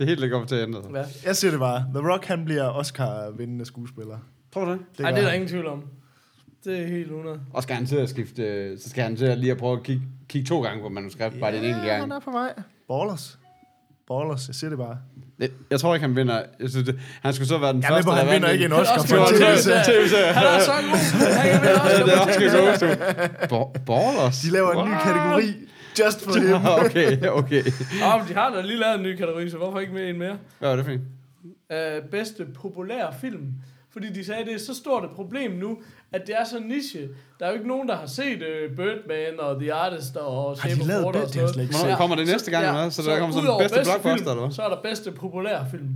Speaker 3: er helt ikke op til at ændre sig.
Speaker 2: Hvad?
Speaker 4: Jeg siger det bare. The Rock, han bliver Oscar-vindende skuespiller.
Speaker 3: Tror du det?
Speaker 2: Ej,
Speaker 4: gør
Speaker 2: det er der
Speaker 4: han.
Speaker 2: ingen tvivl om. Det er helt 100.
Speaker 3: Og skal han til at skifte, øh, så skal han til at lige at prøve at kigge, kigge to gange på manuskript, bare den ene gang.
Speaker 4: han er på vej. Ballers. Ballers, jeg siger det bare.
Speaker 3: Jeg- Jeg tror ikke, han vinder. Jeg synes, det, han skulle så være den
Speaker 4: Jeg er med
Speaker 3: første,
Speaker 4: på, han
Speaker 3: der vandt
Speaker 4: vinder ikke en Oscar
Speaker 2: Oscar
Speaker 4: for en
Speaker 2: for en
Speaker 4: tv-serie.
Speaker 3: TV-serie.
Speaker 2: Han er så god. Han kan vinde også.
Speaker 3: Det er også skal så Ballers?
Speaker 4: De laver en ny kategori. Just for him.
Speaker 3: Okay, okay.
Speaker 2: Åh, men de har da lige lavet en ny kategori, så hvorfor ikke med en mere?
Speaker 3: Hvad var det for en?
Speaker 2: øh, bedste populære film. Fordi de sagde, at det er så stort et problem nu, at det er så niche. Der er jo ikke nogen, der har set øh, Birdman og The Artist og Shape
Speaker 4: de
Speaker 2: of
Speaker 4: lavet
Speaker 2: Water og
Speaker 4: det? Det har jeg
Speaker 2: sådan noget.
Speaker 4: slet ikke
Speaker 3: Hvornår
Speaker 4: set.
Speaker 3: kommer det næste gang, eller hvad? Så der kommer sådan
Speaker 2: udover
Speaker 3: bedste blockbuster,
Speaker 2: film,
Speaker 3: eller hvad?
Speaker 2: Så er der bedste populære film.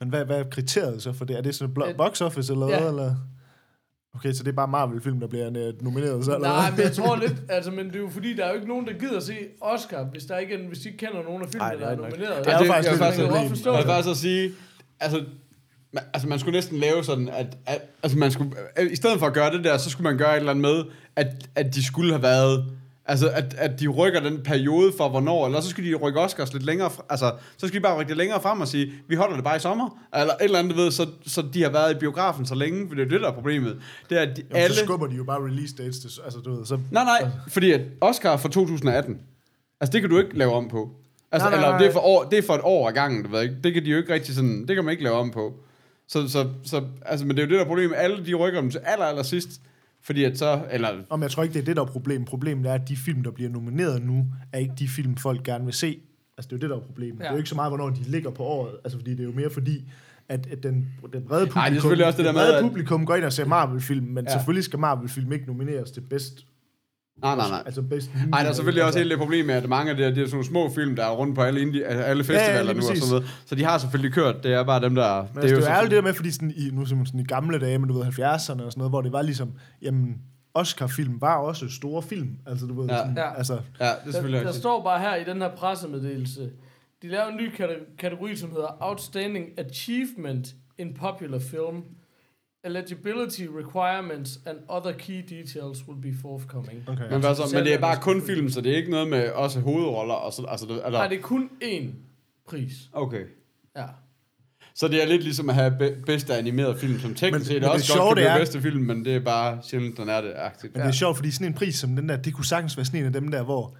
Speaker 4: Men hvad, hvad er kriteriet så for det? Er det sådan et
Speaker 2: Et-
Speaker 4: box office eller
Speaker 2: Ja.
Speaker 4: hvad? Eller? Okay, så det er bare Marvel-film, der bliver øh, nomineret så? Eller
Speaker 2: Nej, men
Speaker 4: hvad?
Speaker 2: jeg tror lidt, altså, men det er jo fordi, der er jo ikke nogen, der gider se Oscar, hvis, der ikke, er- hvis de ikke kender nogen af filmene,
Speaker 4: det
Speaker 2: der
Speaker 4: er
Speaker 2: er
Speaker 4: nok.
Speaker 2: nomineret.
Speaker 4: Det er jo
Speaker 3: det-
Speaker 4: faktisk
Speaker 3: jeg vil
Speaker 4: lidt et
Speaker 3: faktisk-
Speaker 2: jeg kan
Speaker 4: problem.
Speaker 2: godt
Speaker 3: Jeg
Speaker 2: forstå
Speaker 3: vil
Speaker 2: det.
Speaker 3: faktisk også sige, altså, man, altså man skulle næsten lave sådan, at, at altså man skulle, øh, i stedet for at gøre det der, så skulle man gøre et eller andet med, at, at de skulle have været, altså at, at de rykker den periode for hvornår, eller så skulle de rykke Oscars lidt længere, fr- altså så skulle de bare rykke det længere frem og sige, vi holder det bare i sommer, eller et eller andet, du ved, så, så de har været i biografen så længe, for det er jo det, der er problemet. Det er, at de,
Speaker 4: Jamen,
Speaker 3: alle...
Speaker 4: så skubber de jo bare release dates til, altså du ved, så...
Speaker 3: Nej, nej, fordi at Oscar fra 2018, altså det kan du ikke lave om på. Altså,
Speaker 4: Nej, nej,
Speaker 3: eller
Speaker 4: nej.
Speaker 3: det er, for år, det er for et år ad gangen, du ved ikke. Det kan de jo ikke rigtig sådan, det kan man ikke lave om på. Så, så, så altså, men det er jo det der problem, alle de rykker dem til aller, aller sidst, fordi at så, eller,
Speaker 4: Om jeg tror ikke, det er det, der er problemet. Problemet er, at de film, der bliver nomineret nu, er ikke de film, folk gerne vil se. Altså, det er jo det, der er problemet. Ja. Det er jo ikke så meget, hvornår de ligger på året. Altså, fordi det er jo mere fordi, at, at den, den brede publikum,
Speaker 3: er selvfølgelig også det der med,
Speaker 4: brede
Speaker 3: at-
Speaker 4: publikum går ind og ser Marvel-film, men
Speaker 3: Ja.
Speaker 4: ja. selvfølgelig skal Marvel-film ikke nomineres til bedst.
Speaker 3: nej, nej, nej.
Speaker 4: Altså bedst Altså,
Speaker 3: Nej, der er selvfølgelig også hele det problem med, at mange af de, her- de her sådan nogle små film, der er rundt på alle, indie, altså alle
Speaker 4: ja,
Speaker 3: festivaler
Speaker 4: lige
Speaker 3: nu og
Speaker 4: præcis.
Speaker 3: sådan noget. Så de har selvfølgelig kørt, det er bare dem, der...
Speaker 4: Men altså, det er jo, det er jo
Speaker 3: selvfølgelig-
Speaker 4: det der med, fordi sådan i, nu er man sådan i gamle dage, men du ved 70'erne og sådan noget, hvor det var ligesom, jamen, Oscar-film var også store film. Altså, du ved,
Speaker 3: Ja.
Speaker 4: sådan,
Speaker 2: Ja.
Speaker 4: altså,
Speaker 3: Ja, det er selvfølgelig
Speaker 2: Der, der
Speaker 3: rigtigt.
Speaker 2: står bare her i den her pressemeddelelse, de laver en ny kate- kategori, som hedder Outstanding Achievement in Popular Film. Eligibility requirements and other key details will be forthcoming.
Speaker 4: okay.
Speaker 3: Men, hvad så, men det er bare
Speaker 2: Selvom-
Speaker 3: kun film, så det er ikke noget med også hovedroller. Og så, altså, det- eller,
Speaker 2: Nej, det er kun én pris.
Speaker 3: Okay.
Speaker 2: Ja.
Speaker 3: Så det er lidt ligesom at have be- bedste animeret film, som teknisk
Speaker 4: Men-
Speaker 3: set
Speaker 4: men det
Speaker 3: også godt
Speaker 4: sjove,
Speaker 3: kan
Speaker 4: det
Speaker 3: blive
Speaker 4: er-
Speaker 3: bedste film, men det er bare sjældent, den er det. -agtigt.
Speaker 4: Men det er sjovt, fordi sådan en pris som den der, det kunne sagtens være sådan en af dem der, hvor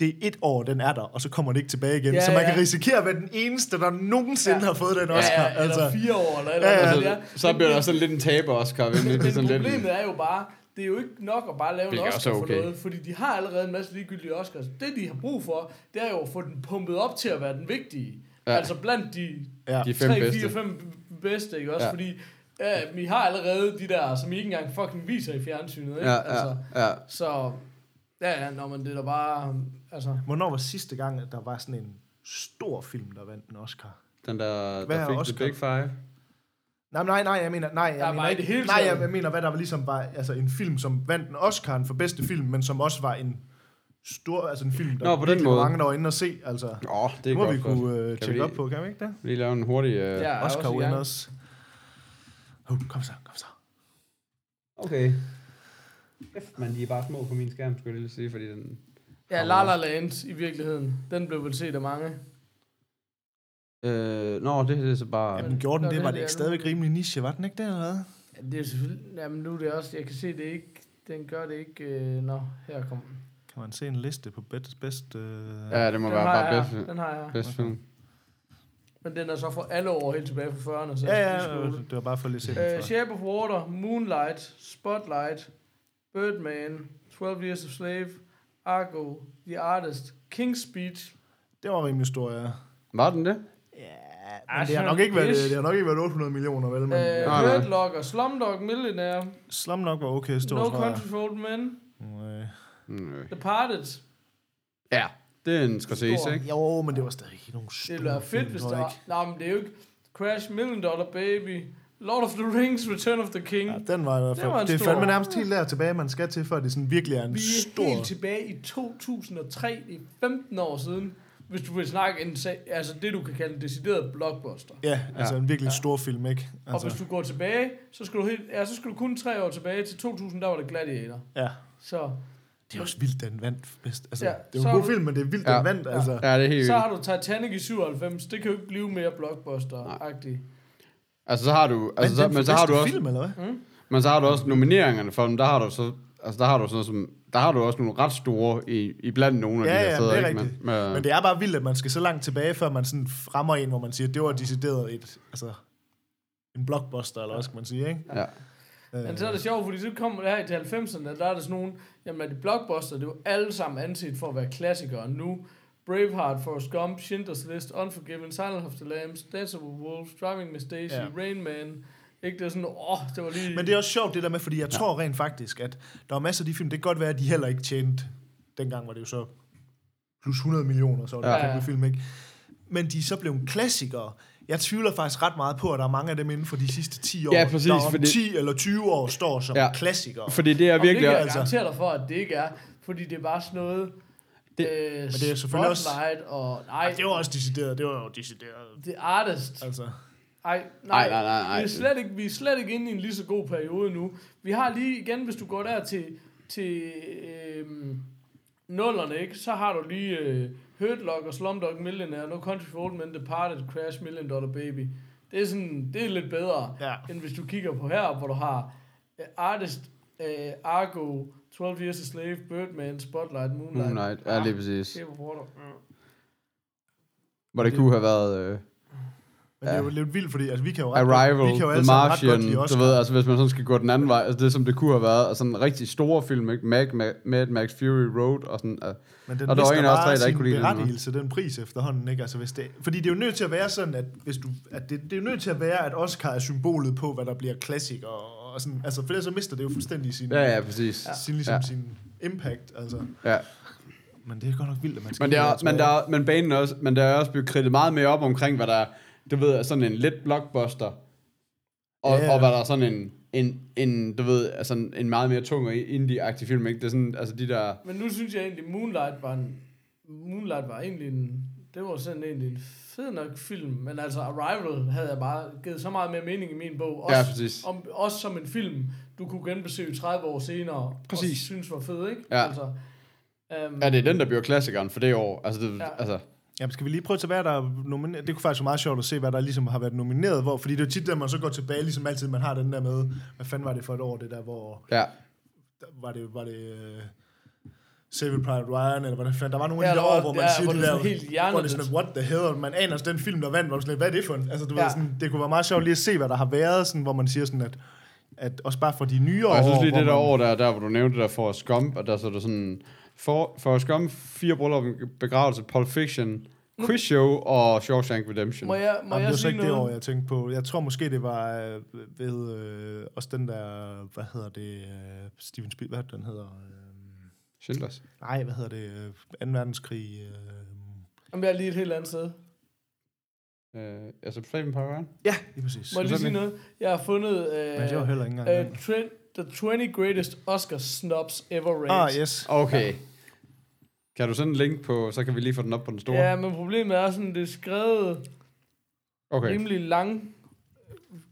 Speaker 4: det er et år, den er der, og så kommer den ikke tilbage igen.
Speaker 2: Ja,
Speaker 4: Ja, så man
Speaker 2: ja.
Speaker 4: ja. kan risikere at være den eneste, der nogensinde ja. har fået den Oscar. Altså,
Speaker 2: ja, ja, eller fire år, eller, eller
Speaker 4: Ja, ja.
Speaker 2: hvad det er.
Speaker 3: Altså, så bliver der også lidt en taber, Oscar. Men,
Speaker 2: Men
Speaker 3: det er sådan lidt en-
Speaker 2: problemet er jo bare, det er jo ikke nok at bare lave en
Speaker 3: Hvilket også
Speaker 2: Oscar
Speaker 3: er
Speaker 2: for
Speaker 3: okay.
Speaker 2: noget, fordi de har allerede en masse ligegyldige Oscars. Det, de har brug for, det er jo at få den pumpet op til at være den vigtige.
Speaker 3: Ja.
Speaker 2: Ja. Altså blandt de,
Speaker 4: Ja.
Speaker 3: De
Speaker 2: de
Speaker 3: fem
Speaker 2: 3,
Speaker 3: bedste.
Speaker 2: 4, 5 bedste, ikke også?
Speaker 3: Ja.
Speaker 2: Ja. Fordi ja, vi har allerede de der, som I ikke engang fucking viser i fjernsynet, ikke?
Speaker 3: Ja,
Speaker 2: Altså,
Speaker 3: ja, ja.
Speaker 2: så, ja, ja, når man det er da bare, altså...
Speaker 4: Hvornår var sidste gang, at der var sådan en stor film, der vandt en Oscar?
Speaker 3: Den der,
Speaker 4: Hvad
Speaker 3: der
Speaker 4: er
Speaker 3: fik
Speaker 4: Oscar?
Speaker 3: The Big Five.
Speaker 4: Nej, nej, nej, jeg mener, nej, jeg
Speaker 2: Der var
Speaker 4: mener
Speaker 2: i det hele
Speaker 4: nej,
Speaker 2: taget.
Speaker 4: jeg, jeg mener, hvad der var ligesom var, altså en film, som vandt en Oscar for bedste film, men som også var en stor, altså en film, der
Speaker 3: Nå, på den
Speaker 4: virkelig
Speaker 3: måde.
Speaker 4: var mange, der var inde og se, altså. Det
Speaker 3: Åh, oh, det er
Speaker 4: må
Speaker 3: godt.
Speaker 4: vi kunne øh,
Speaker 3: Kan
Speaker 4: tjekke
Speaker 3: vi-
Speaker 4: op på, kan vi ikke det?
Speaker 3: Lige lave en hurtig... Øh...
Speaker 2: Ja, også i
Speaker 4: Oscar
Speaker 2: gang.
Speaker 4: winners. Oh, kom så, kom så.
Speaker 3: Okay. Kæft, man, de er bare små på min skærm, skulle jeg lige sige, fordi den...
Speaker 2: Ja, La La Land i virkeligheden, den blev vel set af mange.
Speaker 3: Øh, nå, det, det er så bare...
Speaker 4: Jamen, gjorde den
Speaker 2: Nå,
Speaker 4: det?
Speaker 2: det
Speaker 4: Var
Speaker 2: er
Speaker 4: det
Speaker 2: det
Speaker 4: ikke
Speaker 2: andet.
Speaker 4: stadigvæk rimelig niche? Var den ikke det, eller hvad?
Speaker 2: Ja, det er selvfølgelig... Jamen, nu er det også... Jeg kan se, det er ikke... Den gør det ikke... Øh, nå, her kommer den.
Speaker 4: Kan man se en liste på bedst... bedst øh... ja.
Speaker 3: Ja, det må
Speaker 2: Den
Speaker 3: være
Speaker 2: har,
Speaker 3: bare
Speaker 2: jeg,
Speaker 3: bedst,
Speaker 2: den har jeg.
Speaker 3: bedst film.
Speaker 2: Men den er så for alle år helt tilbage fra 40'erne. Så
Speaker 4: Ja,
Speaker 2: jeg
Speaker 4: ja,
Speaker 2: skal lige
Speaker 4: øh,
Speaker 2: scrolle.
Speaker 4: det var bare for lige at se
Speaker 2: Øh,
Speaker 4: den for.
Speaker 2: Shape of Water, Moonlight, Spotlight, Birdman, 12 Years of Slave, Argo, The Artist, King's Speech.
Speaker 4: Det var rimelig stor,
Speaker 2: Ah,
Speaker 4: ja.
Speaker 3: Var den det?
Speaker 4: Men det har
Speaker 2: Asher
Speaker 4: nok ikke været,
Speaker 2: Fish.
Speaker 4: det har nok ikke været 800 millioner, vel? Men
Speaker 2: Øh,
Speaker 4: øh.
Speaker 3: nej.
Speaker 2: Red Locker, Slumdog Millionaire,
Speaker 4: Slum nok var okay stor,
Speaker 2: No
Speaker 4: tror jeg.
Speaker 2: Country for Old Men,
Speaker 4: Øh.
Speaker 3: Mm,
Speaker 2: Departed.
Speaker 3: ja, det er en Scorsese,
Speaker 2: Stor.
Speaker 3: ikke?
Speaker 4: Jo, men det var stadig ikke nogen store
Speaker 2: Det ville være fedt,
Speaker 4: film,
Speaker 2: hvis
Speaker 4: tror
Speaker 2: der
Speaker 4: jeg
Speaker 2: var... Nej, men det er jo ikke... Crash, Million Dollar Baby, Lord of the Rings, Return of the King.
Speaker 4: ikke. Ja, den var i hvert
Speaker 2: Det var
Speaker 4: fald.
Speaker 2: en
Speaker 4: Det, er
Speaker 2: stor.
Speaker 4: fandme nærmest helt der tilbage, man skal til, før det sådan virkelig er en
Speaker 2: Vi er
Speaker 4: stor...
Speaker 2: helt tilbage i 2003, det er 15 år siden, hvis du vil snakke en sag, altså det, du kan kalde en decideret blockbuster.
Speaker 4: Ja, altså en virkelig stor film, ikke?
Speaker 2: Og
Speaker 4: Altså,
Speaker 2: hvis du går tilbage, så skal du, helt, ja, så skal du kun tre år tilbage til 2000, der var det Gladiator.
Speaker 4: ja.
Speaker 2: Så,
Speaker 4: Det er også vildt, den vandt bedst. Altså,
Speaker 2: Ja,
Speaker 4: ja, det er
Speaker 2: så
Speaker 4: jo
Speaker 2: har
Speaker 4: en god
Speaker 2: du-
Speaker 4: film, men det er vildt,
Speaker 3: Ja.
Speaker 4: den vandt. Altså.
Speaker 3: Ja, det er helt
Speaker 2: så
Speaker 3: vildt.
Speaker 2: har du Titanic i 97, det kan jo ikke blive mere blockbuster-agtigt.
Speaker 3: Altså, så har du... Altså,
Speaker 4: Vandt
Speaker 3: så,
Speaker 4: den
Speaker 3: men
Speaker 4: for
Speaker 3: så har du
Speaker 4: bedste
Speaker 3: også...
Speaker 4: film, eller hvad?
Speaker 3: Men så har du også nomineringerne for dem, der har du så... Altså, der har du sådan noget som... Der har du også nogle ret store i, i blandt nogle af de
Speaker 4: Ja,
Speaker 3: her
Speaker 4: ja,
Speaker 3: steder,
Speaker 4: det er
Speaker 3: ikke?
Speaker 4: rigtigt.
Speaker 3: Men, men,
Speaker 4: Men det er bare vildt, at man skal så langt tilbage, før man sådan rammer en, hvor man siger, det var decideret et, altså, en blockbuster, eller hvad skal man sige, ikke?
Speaker 3: ja.
Speaker 2: Men så er det sjovt, fordi så kommer det her til 90'erne, der er der sådan nogle, jamen er de blockbuster, det er jo alle sammen anset for at være klassikere nu. Braveheart, Forrest Gump, Schindler's List, Unforgiven, Silent of the Lambs, Dance of the Wolves, Driving Miss Daisy,
Speaker 4: Ja.
Speaker 2: ja. Rain Man. Ikke det er sådan, åh, oh, det var lige...
Speaker 4: Men det er også sjovt det der med, fordi jeg tror rent faktisk, at der er masser af de film, det kan godt være, at de heller ikke tjente, dengang var det jo så plus 100 millioner, så var det
Speaker 2: Ja,
Speaker 4: ja,
Speaker 2: ja.
Speaker 4: kæmpe film, ikke? Men de er så blevet klassikere. Jeg tvivler faktisk ret meget på, at der er mange af dem inden for de sidste 10 år,
Speaker 3: Ja, præcis,
Speaker 4: der om
Speaker 3: fordi-
Speaker 4: 10 eller 20 år står som
Speaker 3: Ja.
Speaker 4: ja. klassikere.
Speaker 3: Fordi det er
Speaker 2: Og det
Speaker 3: virkelig...
Speaker 2: kan jeg
Speaker 3: altså,
Speaker 2: garantere dig for, at det ikke er, fordi det er bare sådan noget...
Speaker 3: Det-
Speaker 2: Det, øh, men
Speaker 4: det er selvfølgelig også-
Speaker 2: og... Nej,
Speaker 4: Ej, det var også decideret, det var jo decideret.
Speaker 2: The Artist.
Speaker 4: Altså.
Speaker 2: Ej,
Speaker 3: Nej,
Speaker 2: nej,
Speaker 3: nej, nej, nej.
Speaker 2: Vi, er slet ikke, vi er slet ikke inde i en lige så god periode nu. Vi har lige igen, hvis du går der til, til øhm, nullerne, ikke? så har du lige øh, Hurt Locker, Slumdog Millionaire, No Country for Old Men, Departed, Crash, Million Dollar Baby. Det er, sådan, det er lidt bedre,
Speaker 4: Ja.
Speaker 2: end hvis du kigger på her, hvor du har øh, Artist, øh, Argo, 12 Years a Slave, Birdman, Spotlight, Moonlight. Ah,
Speaker 3: Moonlight, Mm, ja, lige præcis.
Speaker 2: Shape of Water. Mm.
Speaker 3: Hvor det kunne have været... Øh,
Speaker 4: Men det er jo lidt vildt, fordi altså, vi kan jo ret
Speaker 3: Arrival,
Speaker 4: godt, vi kan jo
Speaker 3: The
Speaker 4: alle sammen ret
Speaker 3: Martian,
Speaker 4: godt lide
Speaker 3: du
Speaker 4: Oscar.
Speaker 3: ved, altså hvis man sådan skal gå den anden vej, altså det som det kunne have været, altså en rigtig store film, ikke? Mad, Mad, Mad Max Fury Road og sådan, uh,
Speaker 4: Men den
Speaker 3: Og der var en af os tre, der ikke
Speaker 4: sin
Speaker 3: kunne lide den, hva'?
Speaker 4: berettigelse, den pris efterhånden, ikke? Altså, hvis det, fordi det er jo nødt til at være sådan, at, hvis du, at det, det er jo nødt til at være, at Oscar er symbolet på, hvad der bliver klassik, og, og sådan, altså, for ellers så mister det jo fuldstændig sin,
Speaker 3: ja, ja, præcis.
Speaker 4: sin, ligesom
Speaker 3: Ja.
Speaker 4: ja. sin impact, altså.
Speaker 3: Ja.
Speaker 4: Men det er godt nok vildt, at man skal...
Speaker 3: Men, det er,
Speaker 4: lige være
Speaker 3: men, der, er- men banen er også, men der er også blevet kridtet meget mere op omkring, hvad der er, du ved, er sådan en let blockbuster, og,
Speaker 4: Ja.
Speaker 3: og hvad der er sådan en en, en, du ved, altså en en meget mere tung og indie-agtig film, ikke? Det er sådan, altså de der...
Speaker 2: Men nu synes jeg egentlig, Moonlight var en... Moonlight var egentlig en... Det var sådan egentlig en fed nok film, men altså Arrival havde jeg bare givet så meget mere mening i min bog. Også,
Speaker 3: Ja, præcis.
Speaker 2: Om, også som en film, du kunne genbesøge 30 år senere,
Speaker 3: Præcis.
Speaker 2: og synes var fed, ikke?
Speaker 3: Ja.
Speaker 2: Altså, um,
Speaker 3: Ja, det er den, der bliver klassikeren for det år. Altså, det, ja.
Speaker 2: Ja.
Speaker 3: altså
Speaker 4: Jamen, skal vi lige prøve at tage, hvad der er nomineret? Det kunne faktisk være meget sjovt at se, hvad der ligesom har været nomineret. Hvor, fordi det er jo tit, at man så går tilbage, ligesom altid, man har den der med, hvad fanden var det for et år, det der, hvor
Speaker 3: ja.
Speaker 4: der- var det, var det uh, Saving Private Ryan, eller hvordan fanden, der var nogle
Speaker 2: Ja,
Speaker 4: af de
Speaker 2: der
Speaker 4: år,
Speaker 2: var-
Speaker 4: hvor man
Speaker 2: ja,
Speaker 4: siger,
Speaker 2: hvor
Speaker 4: det
Speaker 2: det er
Speaker 4: der,
Speaker 2: sådan helt
Speaker 4: hvor det er sådan,
Speaker 2: hjernedødt.
Speaker 4: what the hell, og man aner også den film, der vandt, hvor man sådan, lidt, hvad er det for en? Altså, du ja.
Speaker 2: Ja.
Speaker 4: ved, sådan, det kunne være meget sjovt lige at se, hvad der har været, sådan, hvor man siger sådan, at, at også bare for de nye år,
Speaker 3: Og jeg synes lige,
Speaker 4: hvor
Speaker 3: det der
Speaker 4: man-
Speaker 3: år, der, der hvor du nævnte det der for Scump, og der så er der sådan... For, for Scump, fire bryllup, begravelse, Pulp Fiction, Quiz Show og Shawshank Redemption.
Speaker 2: Mm. må jeg, må
Speaker 4: Jamen, det
Speaker 2: jeg
Speaker 4: var så
Speaker 2: sige
Speaker 4: ikke det år,
Speaker 2: noget?
Speaker 4: jeg tænkte på. Jeg tror måske, det var øh, ved øh, også den der, hvad hedder det, øh, Steven Spielberg, den hedder... Øh,
Speaker 3: Schindlers.
Speaker 4: nej, hvad hedder det, øh, 2. verdenskrig... Øh,
Speaker 2: Om jeg er lige et helt andet sted.
Speaker 3: Øh, altså, Flaven Paragon.
Speaker 4: ja, lige præcis.
Speaker 2: Må jeg lige sige
Speaker 3: Sådan.
Speaker 2: noget? Jeg har fundet...
Speaker 4: Men det var
Speaker 2: Øh,
Speaker 4: heller ikke engang...
Speaker 2: øh,
Speaker 4: den.
Speaker 2: trend, the 20 greatest Oscar snobs ever rated.
Speaker 4: Ah, yes.
Speaker 3: Okay. Kan du sende en link på, så kan vi lige få den op på den store?
Speaker 2: Ja, men problemet er sådan, det er skrevet...
Speaker 3: okay.
Speaker 2: rimelig lang.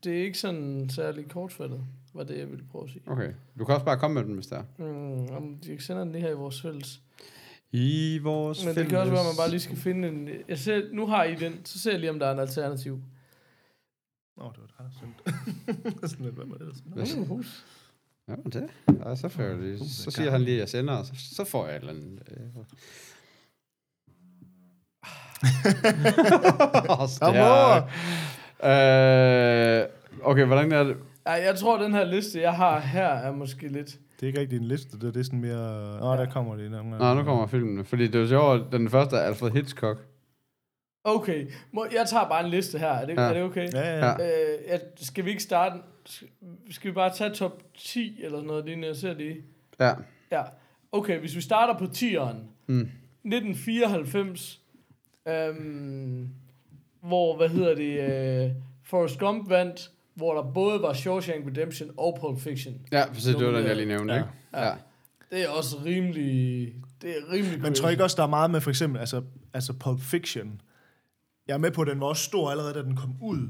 Speaker 2: Det er ikke sådan særlig kortfattet, var det, jeg ville prøve at sige.
Speaker 3: Okay. Du kan også bare komme med den, hvis der er.
Speaker 2: Mm, om de sender den lige her i vores fælles.
Speaker 3: I vores
Speaker 2: Men det kan også være, at man bare lige skal finde en... Jeg ser, nu har I den, så ser jeg lige, om der er en alternativ.
Speaker 4: Åh, oh, det var det her. Synd. Sådan lidt, hvad var det? ellers? Nå.
Speaker 2: Mm, hus.
Speaker 3: Ja, men det. Ja, så, får jeg lige. så siger han lige, at jeg sender, og så, så får jeg et eller andet. Øh.
Speaker 4: Kom
Speaker 3: Stærk. øh, okay, hvordan er det?
Speaker 2: Ej, jeg tror, den her liste, jeg har her, er måske lidt...
Speaker 4: Det er ikke rigtig en liste, det det er sådan mere... Åh, oh, der kommer det.
Speaker 3: Nå, nu kommer filmen. Fordi det var sjovt, at den første er Alfred Hitchcock.
Speaker 2: Okay, må, jeg tager bare en liste her. Er det,
Speaker 3: Ja.
Speaker 2: ja. er det okay?
Speaker 4: Ja, ja.
Speaker 3: Ja.
Speaker 4: ja.
Speaker 2: Øh, jeg, skal vi ikke starte... Skal vi bare tage top 10 eller sådan noget, lignende? Jeg ser lige.
Speaker 3: Ja.
Speaker 2: Ja, okay, hvis vi starter på 10'eren.
Speaker 3: Mm.
Speaker 2: 1994, øhm, hvor, hvad hedder det, øh, Forrest Gump vandt, hvor der både var Shawshank Redemption og Pulp Fiction.
Speaker 3: Ja, præcis, det var den, jeg lige nævnte,
Speaker 4: Ja.
Speaker 3: ikke? Ja.
Speaker 2: Det er også rimelig, det er rimelig
Speaker 4: Men
Speaker 2: crazy.
Speaker 4: tror I ikke også, der er meget med for eksempel, altså, altså Pulp Fiction. Jeg er med på, at den var også stor allerede, da den kom ud.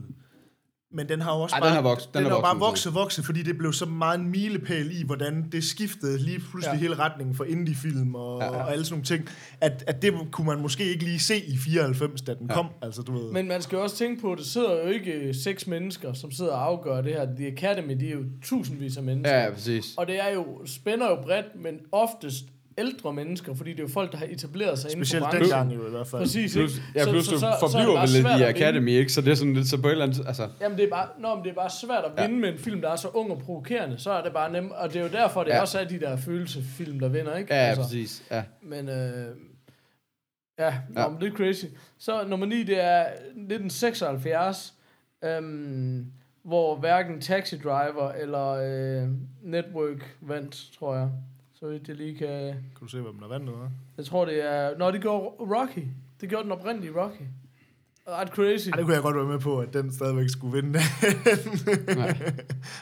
Speaker 4: Men den har jo også
Speaker 3: Ej,
Speaker 4: bare,
Speaker 3: den har vokset- den
Speaker 4: den
Speaker 3: har
Speaker 4: har bare
Speaker 3: vokset,
Speaker 4: vokset, vokset, fordi det blev så meget en milepæl i, hvordan det skiftede lige pludselig ja.
Speaker 2: Ja.
Speaker 4: hele retningen for indie-film og, ja,
Speaker 3: Ja,
Speaker 4: ja.
Speaker 3: ja.
Speaker 4: og alle sådan nogle ting. At, at det kunne man måske ikke lige se i 94, da den ja. kom. Altså, du ved. Men,
Speaker 2: Men man skal jo også tænke på, at der sidder jo ikke øh, seks mennesker, som sidder og afgør det her. The Academy, de er jo tusindvis af mennesker.
Speaker 3: Ja, ja, præcis.
Speaker 2: Og det er jo, spænder jo bredt, men oftest ældre mennesker, fordi det er jo folk, der har etableret sig
Speaker 4: specielt
Speaker 2: inden for branchen.
Speaker 4: dengang jo i hvert fald.
Speaker 2: Præcis, ikke?
Speaker 3: Plus, ja, plus du
Speaker 2: er det
Speaker 3: forbliver
Speaker 2: bare
Speaker 3: vel lidt
Speaker 2: svært
Speaker 3: i
Speaker 2: at vinde.
Speaker 3: Academy, ikke? Så det er sådan lidt, så på et eller andet, altså...
Speaker 2: Jamen, det er bare, nå, men det er bare svært at vinde ja. med en film, der er så ung og provokerende. Så er det bare nemt. Og det er jo derfor, det
Speaker 3: Ja.
Speaker 2: ja. også er de der følelsesfilm, der vinder, ikke? Altså,
Speaker 3: Ja, ja, præcis. Ja.
Speaker 2: Men, øh, ja,
Speaker 3: Ja.
Speaker 2: ja. Nå, men det er crazy. Så nummer 9, det er 1976, øhm, hvor hverken Taxi Driver eller øh, Network vandt, tror jeg. Så vidt jeg lige kan...
Speaker 4: Kan du se, hvem der vandt noget?
Speaker 2: Jeg tror, det er... Nå, det gjorde Rocky. Det gjorde den oprindelige Rocky. Ret crazy.
Speaker 4: Ej, det kunne jeg godt være med på, at den stadigvæk skulle vinde.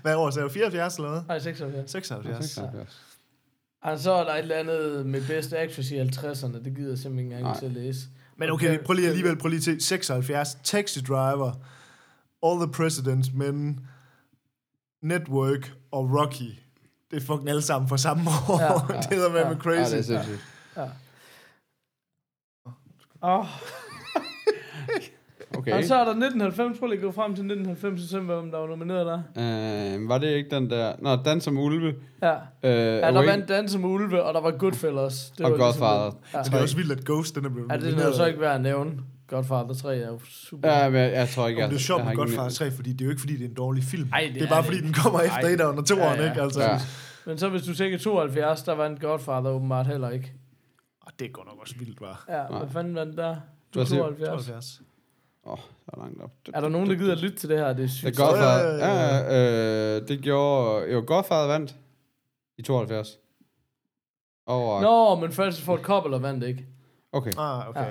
Speaker 4: Hvad år sagde du? 74 eller hvad?
Speaker 2: Nej, 76.
Speaker 4: 76.
Speaker 2: Og så er der et eller andet med Best Actress i 50'erne. Det gider jeg simpelthen ikke engang til at læse.
Speaker 4: Men okay, prøv lige alligevel, prøv lige til 76, Taxi Driver, All the Presidents Men, Network og Rocky. Det er fucking alle sammen fra samme år. Ja, ja, det er med, ja, med
Speaker 3: Ja,
Speaker 4: crazy.
Speaker 3: det er
Speaker 4: Ja,
Speaker 3: sindssygt.
Speaker 2: Oh.
Speaker 3: Okay.
Speaker 2: Og så er der 1990. Prøv lige at gå frem til 1990, så ser vi, hvem der var nomineret der.
Speaker 3: Øh, var det ikke den der... Nå, Dan som ulve.
Speaker 2: Ja,
Speaker 3: Øh,
Speaker 2: ja der vandt Danse med Ulve, og der var Goodfellas. Det
Speaker 3: Og
Speaker 2: var
Speaker 3: Godfather.
Speaker 2: Ja.
Speaker 4: det er også vildt, at Ghost den er blevet
Speaker 2: ja, det er jo så ikke værd at nævne. Godfather 3 er jo super.
Speaker 3: Ja, men jeg, jeg tror ikke,
Speaker 4: Ja, det er sjovt
Speaker 3: jeg har
Speaker 4: med
Speaker 3: ikke-
Speaker 4: Godfather 3, fordi det er jo ikke, fordi det er en dårlig film.
Speaker 2: Ej,
Speaker 4: det,
Speaker 2: det
Speaker 4: det er
Speaker 2: er
Speaker 4: bare,
Speaker 2: det
Speaker 4: fordi
Speaker 2: ikke.
Speaker 4: den kommer efter
Speaker 2: Ej.
Speaker 4: et og to
Speaker 2: Ja,
Speaker 4: år,
Speaker 2: ja.
Speaker 4: ikke? Altså,
Speaker 3: Ja.
Speaker 4: ja.
Speaker 2: Men så hvis du tænker 72, der vandt Godfather åbenbart heller ikke.
Speaker 4: det går nok også vildt, var.
Speaker 2: Ja, hvad fanden vandt der?
Speaker 3: Hvad siger du?
Speaker 2: 72.
Speaker 3: Åh, oh, der er langt op. Det,
Speaker 2: Er der nogen, der gider at lytte til det her? Det er sygt.
Speaker 3: det er Godfather.
Speaker 4: Ja,
Speaker 3: Ja,
Speaker 4: ja, ja.
Speaker 3: øh, det gjorde... Jo, Godfather vandt i 72. Over...
Speaker 2: Nå, men Francis Ford Coppola vandt ikke.
Speaker 3: Okay.
Speaker 4: Ah, okay.
Speaker 2: Ja.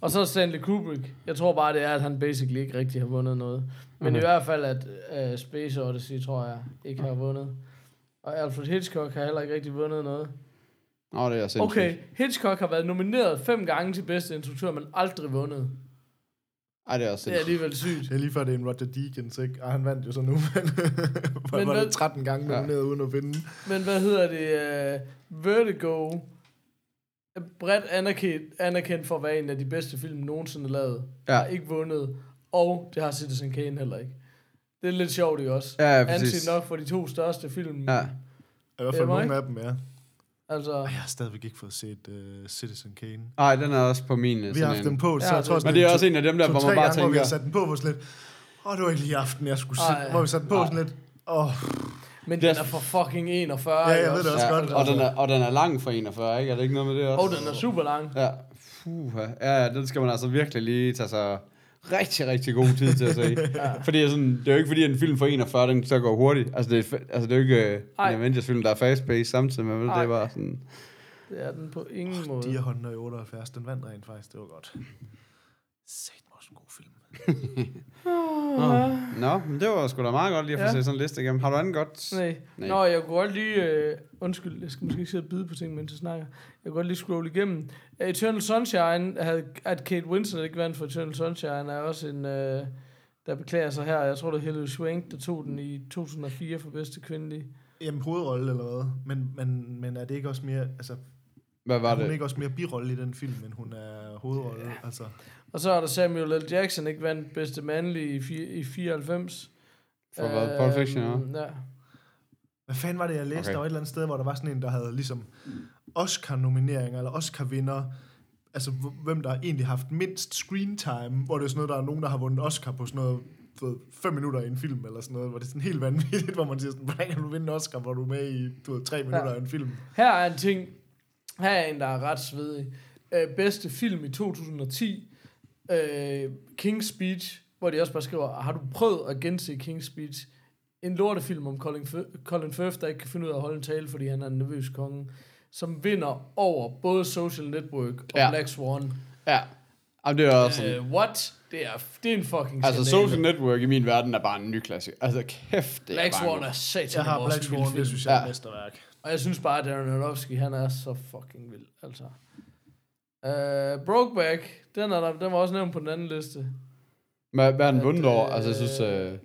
Speaker 2: Og så Stanley Kubrick. Jeg tror bare, det er, at han basically ikke rigtig har vundet noget. Men i hvert fald, at uh, Space Odyssey, tror jeg, ikke har vundet. Og Alfred Hitchcock har heller ikke rigtig vundet noget.
Speaker 3: Nå, det er sindssygt.
Speaker 2: Okay, Hitchcock har været nomineret fem gange til bedste instruktør, men aldrig vundet.
Speaker 3: Ej, det er også
Speaker 2: Det er
Speaker 3: sindssygt.
Speaker 2: alligevel sygt.
Speaker 4: Det er lige før, det er en Roger Deakins, ikke? Og han vandt jo så nu, men... men var
Speaker 2: hvad-
Speaker 4: det 13 gange nomineret ja. uden at vinde.
Speaker 2: Men hvad hedder det? Uh, Vertigo er bredt anerkendt, anerkendt for at være en af de bedste film nogensinde lavet.
Speaker 3: Ja.
Speaker 2: Har ikke vundet. Og det har Citizen Kane heller ikke. Det er lidt sjovt, ikke også?
Speaker 3: Ja, ja, præcis.
Speaker 2: Anset nok for de to største film.
Speaker 3: Ja.
Speaker 4: I hvert
Speaker 2: Ja,
Speaker 4: fald nogle
Speaker 2: Mike?
Speaker 4: af dem, ja.
Speaker 2: Altså,
Speaker 4: Jeg har stadigvæk ikke fået set uh, Citizen Kane.
Speaker 3: Ej, den er også på min. øh,
Speaker 4: Vi har
Speaker 3: sådan
Speaker 4: haft
Speaker 3: en.
Speaker 4: den på, så
Speaker 2: Ja,
Speaker 4: jeg tror...
Speaker 2: det-
Speaker 3: Men det er også en af dem der, hvor man bare
Speaker 4: gange, hvor vi
Speaker 3: tænker...
Speaker 4: har sat den på, hvor sådan lidt... Åh, det var ikke lige i aften, jeg skulle
Speaker 2: Ej.
Speaker 4: se. Hvor vi satte den på, sådan lidt... Åh,
Speaker 2: men
Speaker 3: Det er-
Speaker 2: den er for fucking 41.
Speaker 4: Ja, jeg
Speaker 2: ikke
Speaker 4: ved det også
Speaker 3: Ja,
Speaker 4: godt.
Speaker 3: og, den er, og den er lang for 41, ikke? Er det ikke noget med det også?
Speaker 2: Og den er super lang.
Speaker 3: Ja, fuha. Ja, ja, den skal man altså virkelig lige tage sig rigtig, rigtig god tid til at se. ja. Fordi sådan, det er jo ikke fordi, at en film for 41, den så går hurtigt. Altså, det er, fa- altså, det er jo ikke øh,
Speaker 2: Ej.
Speaker 3: en Avengers-film, der er fast-paced samtidig med, vel? Det
Speaker 2: Ej.
Speaker 3: er bare sådan...
Speaker 2: Det er den på ingen måde.
Speaker 4: De er hånden i 78, den vandt rent faktisk, det var godt. Sæt mig også en god film.
Speaker 3: Nå, men det var sgu da meget godt lige at få
Speaker 2: Ja.
Speaker 3: ja. set sådan en liste igennem. Har du andet godt?
Speaker 2: Nej.
Speaker 3: Nej.
Speaker 2: Nej. Nå, jeg kunne godt lige... Øh, undskyld, jeg skal måske ikke sidde og bide på ting, mens jeg snakker. Jeg kunne godt lige scrolle igennem. Øh, Eternal Sunshine, havde, at Kate Winslet ikke vandt for Eternal Sunshine, er også en... Øh, der beklager sig her. Jeg tror, det er Hilary Swank, der tog den i 2004 for bedste kvindelige.
Speaker 4: Jamen, hovedrolle eller hvad? Men, men, men er det ikke også mere... Altså,
Speaker 3: Hvad var
Speaker 4: er hun
Speaker 3: det?
Speaker 4: ikke også mere birolle i den film, end hun er hovedrolle? Ja. Altså,
Speaker 2: Og så er der Samuel L. Jackson, ikke vandt bedste mandlige i, fi- i 94.
Speaker 3: For hvad? Pulp Fiction,
Speaker 2: Øhm, ja.
Speaker 4: hvad fanden var det, jeg læste?
Speaker 3: Okay.
Speaker 4: Okay. Der var et eller andet sted, hvor der var sådan en, der havde ligesom Oscar-nomineringer eller Oscar-vinder. Altså, hv- hvem der egentlig har haft mindst screen time, hvor det er sådan noget, der er nogen, der har vundet Oscar på sådan noget du ved, fem minutter i en film eller sådan noget, hvor det er sådan helt vanvittigt, hvor man siger sådan, hvordan kan du vinde en Oscar, hvor du er med i du ved, tre minutter i en film?
Speaker 2: Her er en ting. Her er en, der er ret svedig. Øh, bedste film i 2010. Øh, King's Speech, hvor de også bare skriver, har du prøvet at gense King's Speech? En lortefilm om Colin, Fir- Colin Firth, der ikke kan finde ud af at holde en tale, fordi han er en nervøs konge, som vinder over både Social Network og
Speaker 3: Ja.
Speaker 2: ja. Black Swan.
Speaker 3: Ja. Jamen, det er også sådan...
Speaker 2: Øh, what? Det er, det er en fucking
Speaker 3: altså,
Speaker 2: skandale.
Speaker 3: Social Network i min verden er bare en ny klassiker. Altså, kæft, det
Speaker 2: Black
Speaker 3: er bare en-
Speaker 2: Swan er satan
Speaker 4: Jeg har
Speaker 2: en
Speaker 4: Black
Speaker 2: vild
Speaker 4: Swan,
Speaker 2: film.
Speaker 4: det synes jeg er
Speaker 3: Ja.
Speaker 4: ja. mesterværk.
Speaker 2: Og jeg synes bare, at Darren Aronofsky, han er så fucking vild, altså. Uh, Brokeback, den, er der, den var også nævnt på den anden liste.
Speaker 3: Hvad, hvad er den
Speaker 2: At,
Speaker 3: vundet over? Altså, jeg synes... Øh...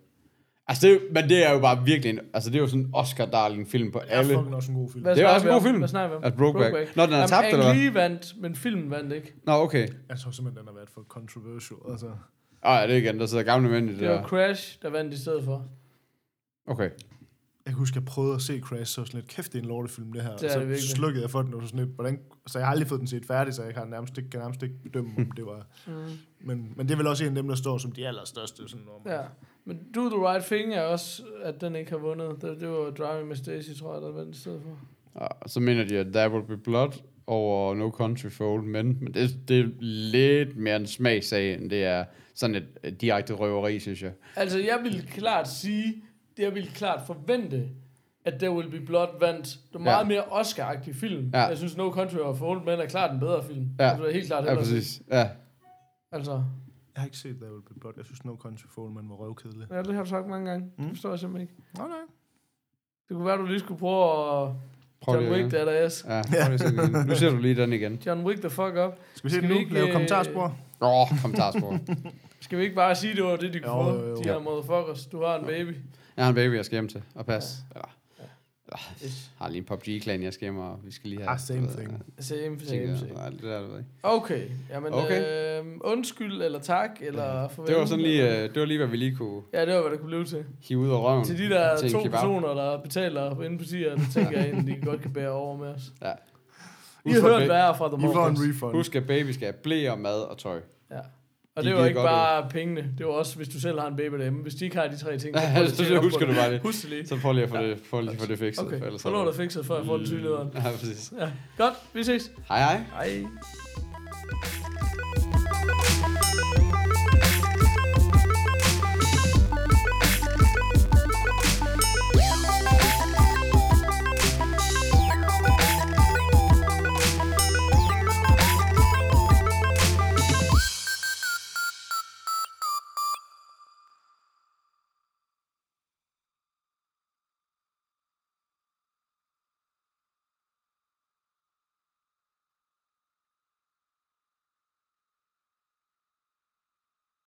Speaker 3: Altså, det, er jo- men det er jo bare virkelig en... Altså, det er jo sådan en Oscar-darling-film på
Speaker 4: Det er
Speaker 3: alle...
Speaker 4: fucking også en god film.
Speaker 2: Hvad
Speaker 3: Det er
Speaker 2: snakker
Speaker 3: også en
Speaker 2: vi
Speaker 3: god
Speaker 2: om?
Speaker 3: film.
Speaker 2: Hvad snakker vi om?
Speaker 3: Altså, Brokeback. Nå, den er
Speaker 2: Jamen,
Speaker 3: tabt,
Speaker 2: Ang
Speaker 3: eller hvad?
Speaker 2: Lee vandt, men filmen vandt ikke.
Speaker 3: Nå, okay.
Speaker 4: Jeg tror simpelthen, den har været for controversial. Altså,
Speaker 3: Åh, ja, det er igen. Der sidder gamle mænd i det
Speaker 2: Det var
Speaker 3: der.
Speaker 2: Crash, der vandt i stedet for.
Speaker 3: Okay.
Speaker 4: jeg kan huske, jeg prøvede at se Crash, så var sådan lidt, kæft, det er en lortefilm, det her.
Speaker 2: er det
Speaker 4: Det og
Speaker 2: virkelig.
Speaker 4: så slukkede jeg for den, og så sådan lidt, hvordan, så jeg har aldrig fået den set færdig, så jeg kan nærmest ikke, kan nærmest ikke bedømme, om det var...
Speaker 2: Mm.
Speaker 4: Men, men det er vel også en af dem, der står som de allerstørste. Sådan, om,
Speaker 2: Ja. Men Do the Right Thing er også, at den ikke har vundet. Det, det var Driving Miss Daisy, tror jeg, der vandt i stedet for.
Speaker 3: Ja, Ah, så mener de, at There Will Be Blood over No Country for Old Men. Men det, det er lidt mere en smagsag, end det er sådan et øh, direkte røveri, synes jeg.
Speaker 2: Altså, jeg ville klart sige, det jeg ville klart forvente, at There Will Be Blood vandt. Det var meget
Speaker 3: Ja.
Speaker 2: mere Oscar-agtig film.
Speaker 3: Ja.
Speaker 2: Ja. Jeg synes, No Country for Old Men er klart en bedre film.
Speaker 3: Ja.
Speaker 2: Altså, helt klart
Speaker 3: Ja,
Speaker 2: hellere-
Speaker 3: præcis. Ja.
Speaker 2: Altså,
Speaker 4: Jeg har ikke set There Will Be Blood. Jeg synes, No Country for Old Men var røvkedelig.
Speaker 2: ja, det har du sagt mange gange. Mm.
Speaker 4: Mm.
Speaker 2: Det forstår jeg simpelthen ikke.
Speaker 4: Nå, nej.
Speaker 2: Det kunne være, du lige skulle prøve at...
Speaker 3: Prøv
Speaker 2: John
Speaker 3: lige
Speaker 2: Wick,
Speaker 3: igen.
Speaker 2: der er der ass.
Speaker 3: Ja, prøv lige at se den igen. Nu ser du lige den igen.
Speaker 2: John Wick, the fuck up.
Speaker 4: Skal vi se
Speaker 2: Skal
Speaker 4: det
Speaker 2: vi
Speaker 4: nu?
Speaker 2: ikke,
Speaker 4: Lave
Speaker 2: øh,
Speaker 4: kommentarspor?
Speaker 3: Åh, oh, kommentarspor.
Speaker 2: Skal vi ikke bare sige, det var det, de kunne
Speaker 4: Jo,
Speaker 2: få?
Speaker 4: jo, jo.
Speaker 2: De her motherfuckers. Du har en baby.
Speaker 3: Jeg har en baby, jeg skal hjem til og passe. Ja. Eller,
Speaker 2: Yes.
Speaker 3: har lige en PUBG-klan, jeg skal hjem, og vi skal lige have...
Speaker 4: Ah, same thing.
Speaker 2: Same, same,
Speaker 3: Tænker,
Speaker 2: same.
Speaker 3: nej, det der, det ved jeg ikke.
Speaker 2: Okay, jamen
Speaker 3: Okay.
Speaker 2: okay. Øh, undskyld, eller tak, eller ja. farvel.
Speaker 3: Det var sådan lige, øh, det var lige, hvad vi lige kunne
Speaker 2: Ja, det var, hvad det kunne blive til.
Speaker 3: hive ud af røven.
Speaker 2: Til de der
Speaker 3: til en
Speaker 2: to
Speaker 3: kebab.
Speaker 2: personer, der betaler inde på tieren, det tænker jeg egentlig, de godt kan bære over med os.
Speaker 3: Ja.
Speaker 2: I har
Speaker 3: Husk,
Speaker 2: hørt
Speaker 3: at ba-
Speaker 2: værre fra The
Speaker 4: I får en
Speaker 2: Morgans.
Speaker 4: refund.
Speaker 3: Husk, at baby skal have blæ og mad og tøj.
Speaker 2: Ja. Og
Speaker 3: De
Speaker 2: det er jo
Speaker 3: gider
Speaker 2: ikke
Speaker 3: godt
Speaker 2: bare pengene. Det var også, hvis du selv har en baby derhjemme. Hvis de ikke har de tre ting,
Speaker 3: Ja,
Speaker 2: får de
Speaker 3: så
Speaker 2: tjekket op på
Speaker 3: husker du bare det.
Speaker 2: Husk det lige.
Speaker 3: Så prøv lige at få det, få lige at få det fikset.
Speaker 2: Okay,
Speaker 3: for ellers
Speaker 2: så
Speaker 3: er
Speaker 2: lå
Speaker 3: det-
Speaker 2: det fikset, før jeg får den sygelederen.
Speaker 3: Ja, præcis.
Speaker 2: Ja. Godt, vi ses.
Speaker 3: Hej hej.
Speaker 2: Hej.